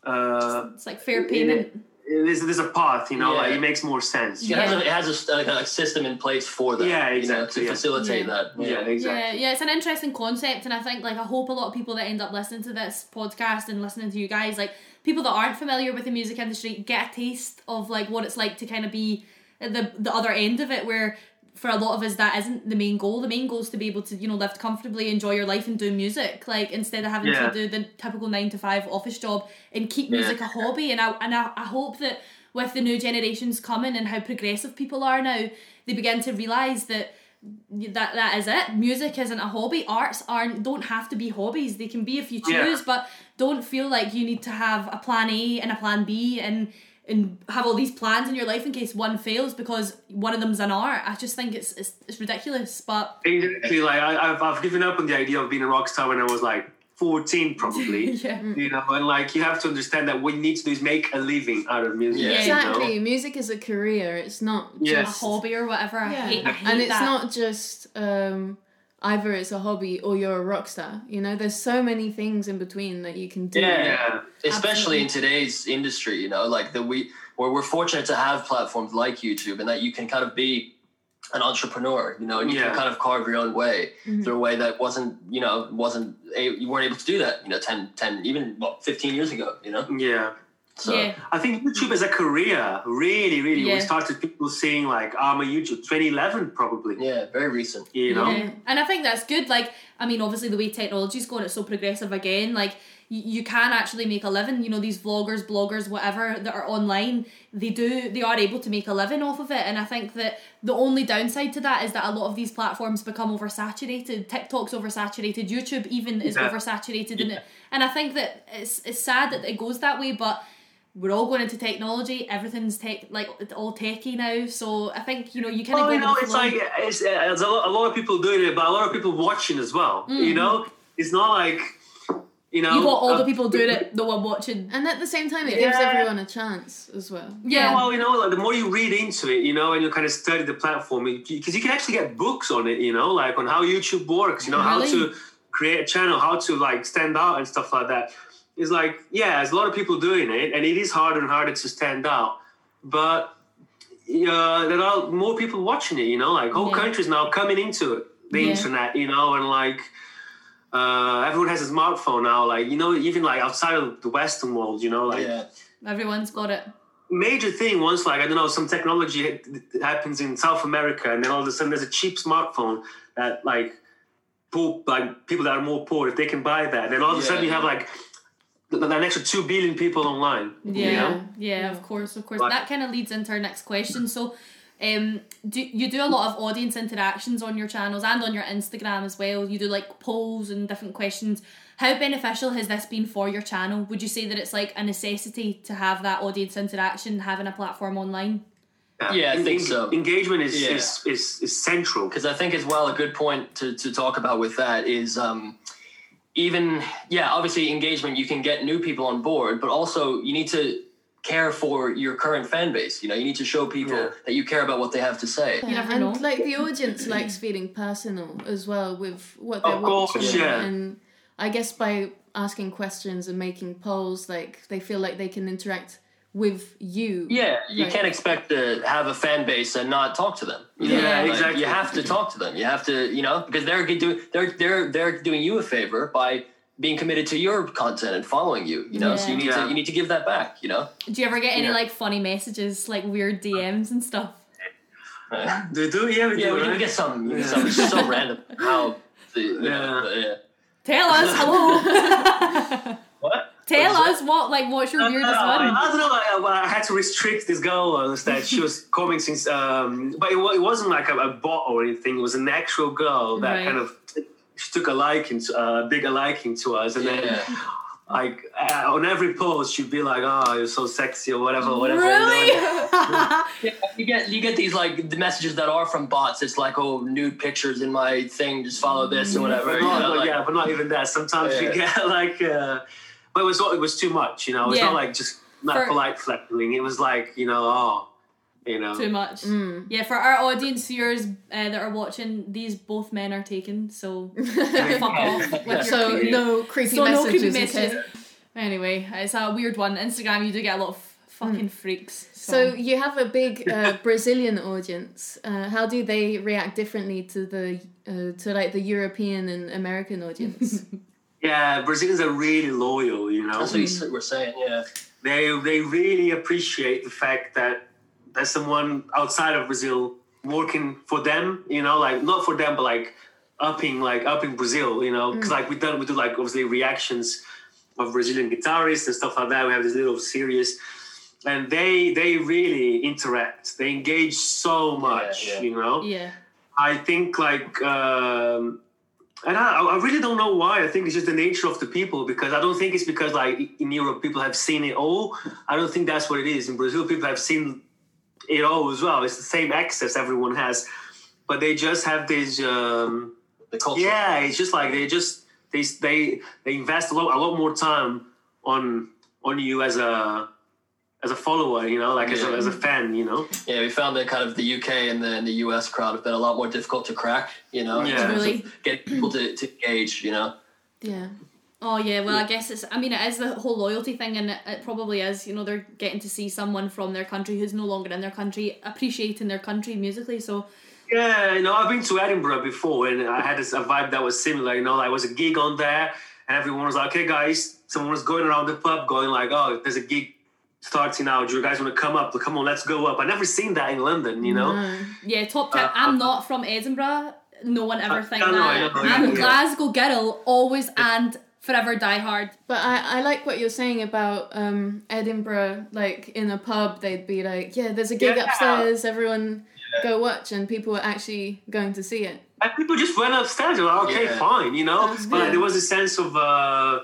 uh It's like fair payment. there's, there's a path you know Yeah. like it makes more sense it has, a, it has a st- like a, system in place for that. Yeah, you know, exactly, to yeah. facilitate Yeah. that. yeah Yeah, exactly yeah, it's an interesting concept, and I think like I hope a lot of people that end up listening to this podcast and listening to you guys, like people that aren't familiar with the music industry, get a taste of like what it's like to kind of be at the the other end of it, where for a lot of us that isn't the main goal. The main goal is to be able to you know live comfortably, enjoy your life, and do music. Like instead of having Yeah. to do the typical nine to five office job and keep music a hobby. And I and I, I hope that with the new generations coming and how progressive people are now, they begin to realize that that that is it. Music isn't a hobby. Arts aren't don't have to be hobbies. They can be if you choose, Yeah. but don't feel like you need to have a plan A and a plan B and and have all these plans in your life in case one fails because one of them's an art. I just think it's it's, it's ridiculous, but exactly like I, I've, I've given up on the idea of being a rock star when i was like 14 probably (laughs) Mm. yeah. you know and like you have to understand that what you need to do is make a living out of music Yeah. you know? Exactly. Music is a career. It's not Yeah. A just hobby or whatever. I Yeah. hate, I hate and it's that. not just um, either it's a hobby or you're a rock star. You know, there's so many things in between that you can do. yeah especially in today's industry you know like that we where we're fortunate to have platforms like youtube and that you can kind of be an entrepreneur you know and you Yeah. can kind of carve your own way through a way that wasn't you know wasn't a, you weren't able to do that you know 10 10 even well, 15 years ago you know yeah so yeah. I think YouTube as a career, really, really, Yeah. we started people seeing like I'm a YouTube 2011 probably. yeah, very recent You know, Yeah. And I think that's good. Like, I mean, obviously the way technology's going, it's so progressive again. Like, y- you can actually make a living. You know, these vloggers, bloggers, whatever that are online, they do, they are able to make a living off of it. And I think that the only downside to that is that a lot of these platforms become oversaturated. TikTok's oversaturated. YouTube even is Yeah. oversaturated, and it, and I think that it's it's sad that it goes that way, but we're all going into technology. Everything's tech, like it's all techie now. So I think you know you kind of well, go. you know, with the it's flow. like it's, it's a, lot, a lot of people doing it, but a lot of people watching as well. You know, it's not like you know You Mm. got all the uh, people doing it, no one watching. And at the same time, it gives Yeah. everyone a chance as well. (laughs) Yeah, Yeah, well, you know, like, the more you read into it, you know, and you kind of study the platform, because you can actually get books on it, you know, like on how YouTube works, you know, how Really? to create a channel, how to like stand out and stuff like that. It's like, yeah, there's a lot of people doing it, and it is harder and harder to stand out, but uh, there are more people watching it, you know, like whole Yeah. countries now coming into it, the Yeah. internet, you know, and like uh, everyone has a smartphone now, like you know, even like outside of the Western world, you know, like yeah everyone's got it. major thing once like i don't know some technology ha- happens in south america and then all of a sudden there's a cheap smartphone that like poor like people that are more poor if they can buy that then all of a Yeah. sudden you have like th- an extra 2 billion people online Yeah, you yeah, know? of course, of course. Right. That kind of leads into our next question. So, um, do you do a lot of audience interactions on your channels and on your Instagram as well? You do like polls and different questions. How beneficial has this been for your channel? Would you say that it's like a necessity to have that audience interaction, having a platform online? Yeah, I En- think en- so. engagement is, Yeah. is, is is central because I think as well a good point to, to talk about with that is um, even yeah obviously engagement you can get new people on board but also you need to care for your current fan base you know you need to show people Yeah. that you care about what they have to say Yeah, never and know. like (clears throat) the audience likes feeling personal as well with what they're Of course, watching, yeah. and I guess by asking questions and making polls, like they feel like they can interact with you. (laughs) yeah you Right. can't expect to have a fan base and not talk to them you know? Yeah, Like, exactly. you have to talk to them you have to you know because they're doing they're they're they're doing you a favor by being committed to your content and following you you know so you Yeah. need Yeah. to you need to give that back you know (laughs) Do you ever get any Yeah. Uh, like funny messages, like weird DMs and stuff? do we do yeah we Yeah, do we right? did get some. We get Yeah. some it's so random. How the yeah. Yeah. yeah. (laughs) Tell us, (laughs) hello. What? Tell us what, like, what's your weirdest one? I don't know. I, well, I had to restrict this girl uh, that she (laughs) was coming since, um, but it, wa- it wasn't like a, a bot or anything. It was an actual girl that Right. kind of she took a liking, to, uh, bigger liking to us, and then Yeah. like uh, on every post she'd be like, "Oh, you're so sexy" or whatever, whatever. you know? Really? Yeah, you get you get these like the messages that are from bots. It's like oh nude pictures in my thing. Just follow this and whatever. But you not, know, but like- yeah, but not even that. Sometimes you Yeah. get (laughs) like, uh, but it was it was too much. You know, it's Yeah. not like just not For- polite flattering. It was like you know, oh, you know, Too much. Mm. Yeah, for our audience viewers uh, that are watching, these both men are taken, (laughs) so fuck off. With your so creepy- no creepy so no messages. creepy okay? messages. Anyway, it's a weird one. Instagram, you do get a lot of fucking freaks. So you have a big (laughs) uh, Brazilian audience. Uh, how do they react differently to the uh, to like the European and American (laughs) audience? yeah. Brazilians are really loyal. You know, That's what you s- were saying. Yeah. they they really appreciate the fact that there's someone outside of Brazil working for them. You know, like not for them, but like upping like upping Brazil. You Mm. know, because like we done we do like obviously reactions of Brazilian guitarists and stuff like that. We have this little series, and they they really interact. They engage so much. yeah. You know, yeah, I think like um and I, I really don't know why. I think it's just the nature of the people because I don't think it's because like in Europe people have seen it all. I don't think that's what it is. In Brazil people have seen it all as well. It's the same access everyone has, but they just have this. Um, The culture. yeah, it's just like they just they they they invest a lot a lot more time on on you as a as a follower. You know, like as, a, Yeah. as a fan. You know. Yeah, we found that kind of the UK and the, and the US crowd have been a lot more difficult to crack, you know, in Yeah. terms of really. get people to, to engage, you know. yeah. Oh yeah, well I guess it's. I mean, it is the whole loyalty thing, and it, it probably is. You know, they're getting to see someone from their country who's no longer in their country, appreciating their country musically. So Yeah, you know, I've been to Edinburgh before, and I had this a vibe that was similar. You know, like it was a gig on there, and everyone was like, "Okay, guys," someone was going around the pub, going like, "Oh, there's a gig starting now. Do you guys want to come up? Come on, let's go up." I never seen that in London, you know. No. yeah, top tip. Uh, I'm not from Edinburgh. No one ever I- think I know, I that. know, I'm yeah. a Glasgow girl, always and forever die hard. But I, I like what you're saying about um, Edinburgh. Like in a pub, they'd be like, "Yeah, there's a gig Yeah. upstairs. Everyone go watch," and people were actually going to see it. And people just went upstairs. they were Like, okay, Yeah. fine, you know. Sounds But like, good. there was a sense of, uh,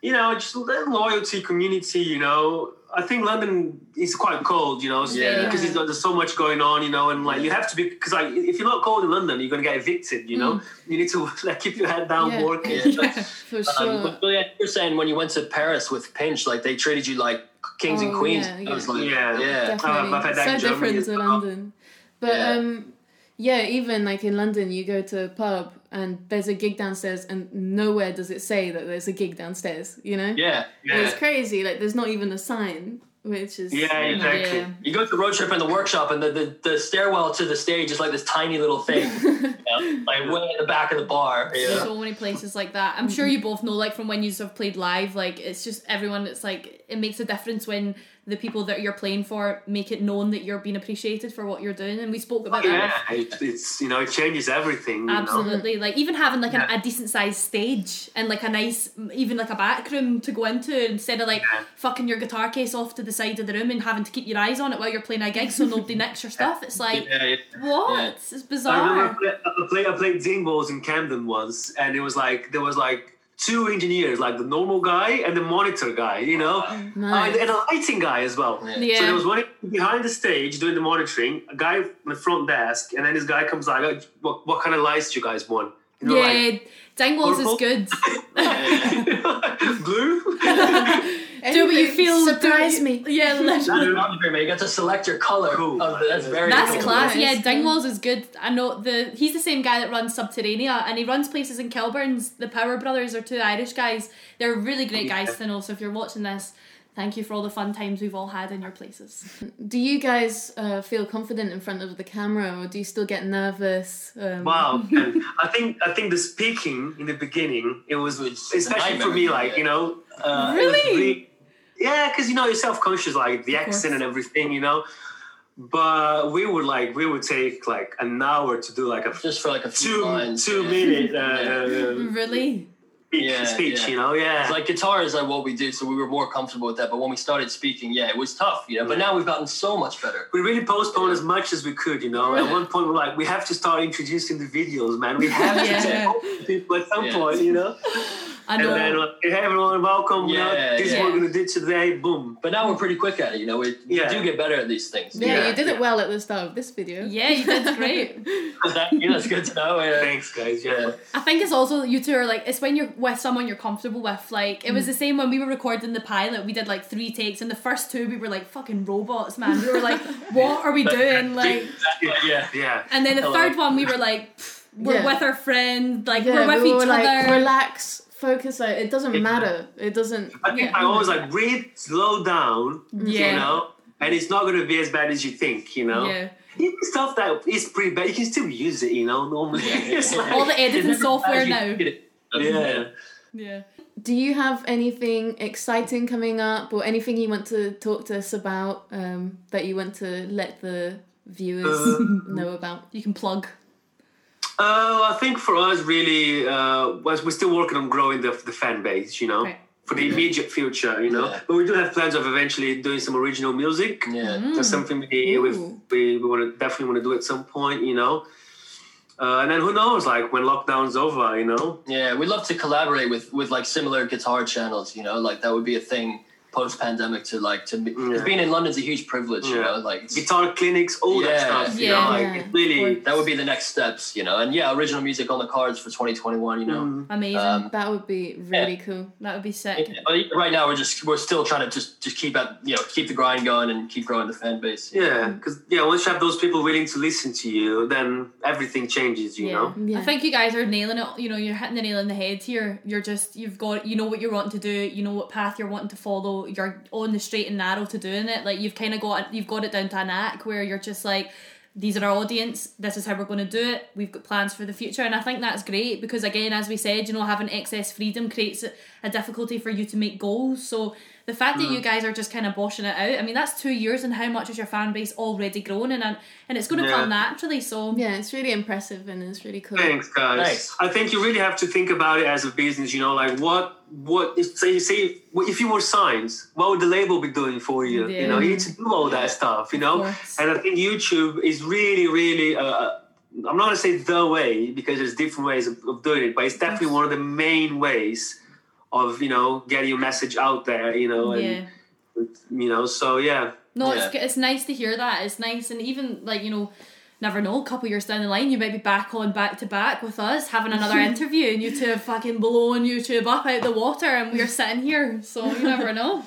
you know, just lo- loyalty, community. You know, I think London is quite cold. You know, because Yeah. it's- there's so much going on. You know, and like you have to be because like if you're not cold in London, you're gonna get evicted. You know, you need to (laughs) like keep your head down, (laughs) Yeah. work. Mm. Yeah. Yeah. For Um, sure. but really, you were saying when you went to Paris with Pinch, like they treated you like kings and Oh, queens. yeah, I was yeah. like, Yeah. yeah. Definitely. Uh, I've had that in so Germany different as to well. London. But Yeah. um yeah, even like in London you go to a pub and there's a gig downstairs and nowhere does it say that there's a gig downstairs, you know? Yeah. It's Yeah, crazy, like there's not even a sign, which is yeah, exactly. Yeah. You go to road trip and the workshop, and the, the, the stairwell to the stage is like this tiny little (laughs) thing, you know, like way at the back of the bar. You know? so many places like that. I'm sure you both know, like from when you have played live, like it's just everyone. It's like it makes a difference when the people that you're playing for make it known that you're being appreciated for what you're doing. And we spoke about Yeah, that. it, it's you know it changes everything. You know? Absolutely, like even having like Yeah. a, a decent sized stage and like a nice, even like a back room to go into instead of like Yeah. fucking your guitar case off to the side of the room and having to keep your eyes on it while you're playing a (laughs) gig so nobody nicks your stuff. It's like Yeah, yeah. what? Yeah. It's I bizarre. remember I played, I played Dingballs in Camden once, and it was like there was like two engineers, like the normal guy and the monitor guy, you know, Nice. and, and a lighting guy as well. Yeah. Yeah, So there was one behind the stage doing the monitoring, a guy on the front desk, and then this guy comes like, "Oh, "What, what kind of lights do you guys want?" And we're yeah. Dingwalls is Purple? (laughs) good. (laughs) like, (laughs) "Blue." do what you feel surprise do- me. Yeah, literally. You got to select your color. Cool. Oh, that's very That's cool. class. Nice. Yeah, Dingwalls is good. I know the he's the same guy that runs Subterranea, and he runs places in Kilburns. The Power Brothers are two Irish guys. They're really great guys to know. So if you're watching this, thank you for all the fun times we've all had in your places. Do you guys uh, feel confident in front of the camera or do you still get nervous? Um, Wow, and I think I think the speaking in the beginning it was It's especially for nightmare. me like you know uh, it was Really? yeah because you know you're self conscious like the accent and everything you know but we would like we would take like an hour to do like a Just for like a few (laughs) two lines. two minute uh, Really? speak, Yeah, speech, yeah. you know, yeah. It's like guitar is like what we do, so we were more comfortable with that. But when we started speaking, yeah, it was tough, you know. But now we've gotten so much better. we really postponed as much as we could, you know. At one point, we're like, we have to start introducing the videos, man. We have Yeah. to get open to people at some Yeah. point, you know. I And know. then, like, hey, everyone, welcome. you know, Yeah, this is yeah. what we're gonna do today. Boom. But now we're pretty quick at it, you know. We, we Yeah. do get better at these things. Yeah, Yeah, you did it yeah. well at the start of this video. yeah, you did (laughs) great. (laughs) That- yeah, that's good to know. Yeah. Thanks, guys. Yeah. Yeah. I think it's also you two are like it's when you're with someone you're comfortable with. Like it was the same when we were recording the pilot. We did like three takes, and the first two we were like fucking robots, man. We were like, what are we doing? Like, Yeah, yeah. Yeah. and then the Hello. third one we were like, pff, we're Yeah. with our friend, like Yeah, we're with we each were like, other. relax, focus. Like, it doesn't matter. It doesn't. I think Yeah. I always like breathe, slow down, Yeah. you know, and it's not gonna be as bad as you think, you know. yeah. Even stuff that is pretty bad, you can still use it, you know. Normally, (laughs) It's like- All the editing it's never software bad, you now. get it. Yeah. Yeah. Do you have anything exciting coming up, or anything you want to talk to us about um, that you want to let the viewers Um, (laughs) know about? You can plug. Uh, I think for us, really, uh, was we're still working on growing the, the fan base, you know, Right. for the immediate future, you know. Yeah. But we do have plans of eventually doing some original music. Yeah. That's something we we Mm. Ooh. we, we want to definitely want to do at some point, you know. Uh, and then who knows, like when lockdown's over, you know. Yeah, we'd love to collaborate with with like similar guitar channels. You know, like that would be a thing post pandemic to like to be, 'cause Yeah. being in London's a huge privilege. You Yeah. know, like it's- Guitar clinics, all that Yeah. stuff, you Yeah. know, like Yeah. it really. that would be the next steps. You know, and yeah, original music on the cards for 2021. You know, Mm-hmm. Amazing. um, That would be really cool. that would be sick. yeah, but right now we're just we're still trying to just just keep at you know keep the grind going and keep growing the fan base. Yeah, because yeah, once you have those people willing to listen to you, then everything changes, you know. Yeah. I think you guys are nailing it. You know, you're hitting the nail on the head here. You're just, you've got, you know what you're wanting to do. You know what path you're wanting to follow. You're on the straight and narrow to doing it. Like you've kind of got, you've got it down to an act where you're just like, these are our audience. This is how we're going to do it. We've got plans for the future, and I think that's great because again, as we said, you know, having excess freedom creates a- a difficulty for you to make goals. So the fact Mm. that you guys are just kind of boshing it out, I mean, that's two years, and how much is your fan base already grown, and and it's going to Yeah. come naturally. So Yeah, it's really impressive and it's really cool. Thanks, guys. Thanks. I think you really have to think about it as a business. You know, like what, what? If, say, say, if, if you were signed, what would the label be doing for you? You know, you need to do all that stuff. You know, course. and I think YouTube is really, really. Uh, I'm not gonna say the way because there's different ways of, of doing it, but it's definitely one of the main ways of you know getting your message out there. You know, and yeah. you know, so yeah. No, it's it's nice to hear that. It's nice, and even like you know, never know. A couple years down the line, you might be back on back to back with us having (laughs) another interview, and you two have fucking blown YouTube up out the water, and we're sitting here. So you never know.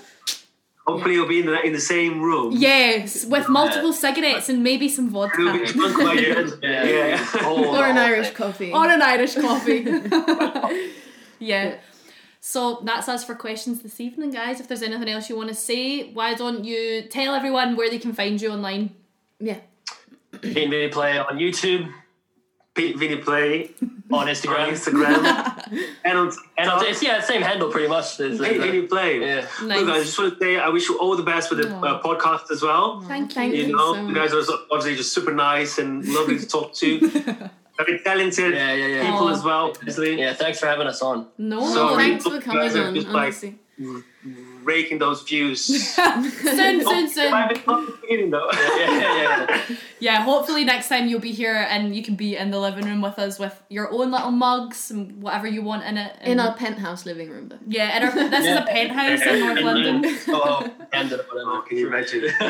Hopefully, you'll be in the, in the same room. (laughs) Yes, with multiple cigarettes and maybe some It'll (laughs) be vodka drunk by the end. (laughs) Yeah. yeah. Whole- Or an whole Irish thing. coffee. or an Irish (laughs) coffee. yeah. So that's us for questions this evening, guys. If there's anything else you want to say, why don't you tell everyone where they can find you online? yeah. Pete and Vinny play on YouTube, Pete Vinny Play on on Instagram, (laughs) Instagram and on and on, TikTok. it's yeah, same handle pretty much. uh, There's- Hey, Vinny Play. yeah. Nice. Look, I just want to say I wish you all the best with the uh, podcast as well. Thank Thank you. You you know, so you guys are so- obviously just super nice (laughs) and lovely to talk to. Very talented Yeah, yeah, yeah. people Aw. as well, obviously. Yeah, thanks for having us on. No, So- Sorry. Thanks for coming Guys, I'm on, just like- honestly. Raking (laughs) those views. Oh, soon, (laughs) soon, soon. Private conversation, though. Yeah, yeah, (laughs) yeah. Yeah, hopefully next time you'll be here and you can be in the living room with us with your own little mugs and whatever you want in it. and- In our penthouse living room, though. yeah, in our this is a penthouse (laughs) in North London. Oh, and whatever. Oh, can you imagine? (laughs) (laughs)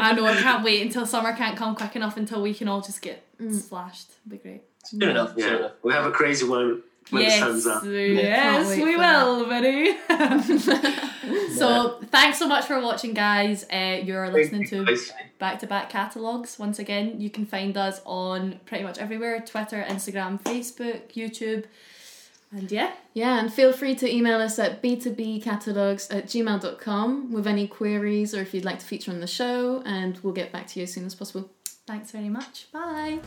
I know I can't wait until summer can't come quick enough until we can all just get Mm. slashed. It'd be great. Soon enough. (laughs) Soon yeah, enough. we have a crazy one when yes, the sun's up. Can't yes, wait we for will, buddy. (laughs) (laughs) so thanks so much for watching, guys. Uh, you're listening to back to back catalogues. Once again, you can find us on pretty much everywhere Twitter, Instagram, Facebook, YouTube. And yeah, Yeah, and feel free to email us at b2bcatalogs at gmail.com with any queries or if you'd like to feature on the show, and we'll get back to you as soon as possible. thanks very much. Bye.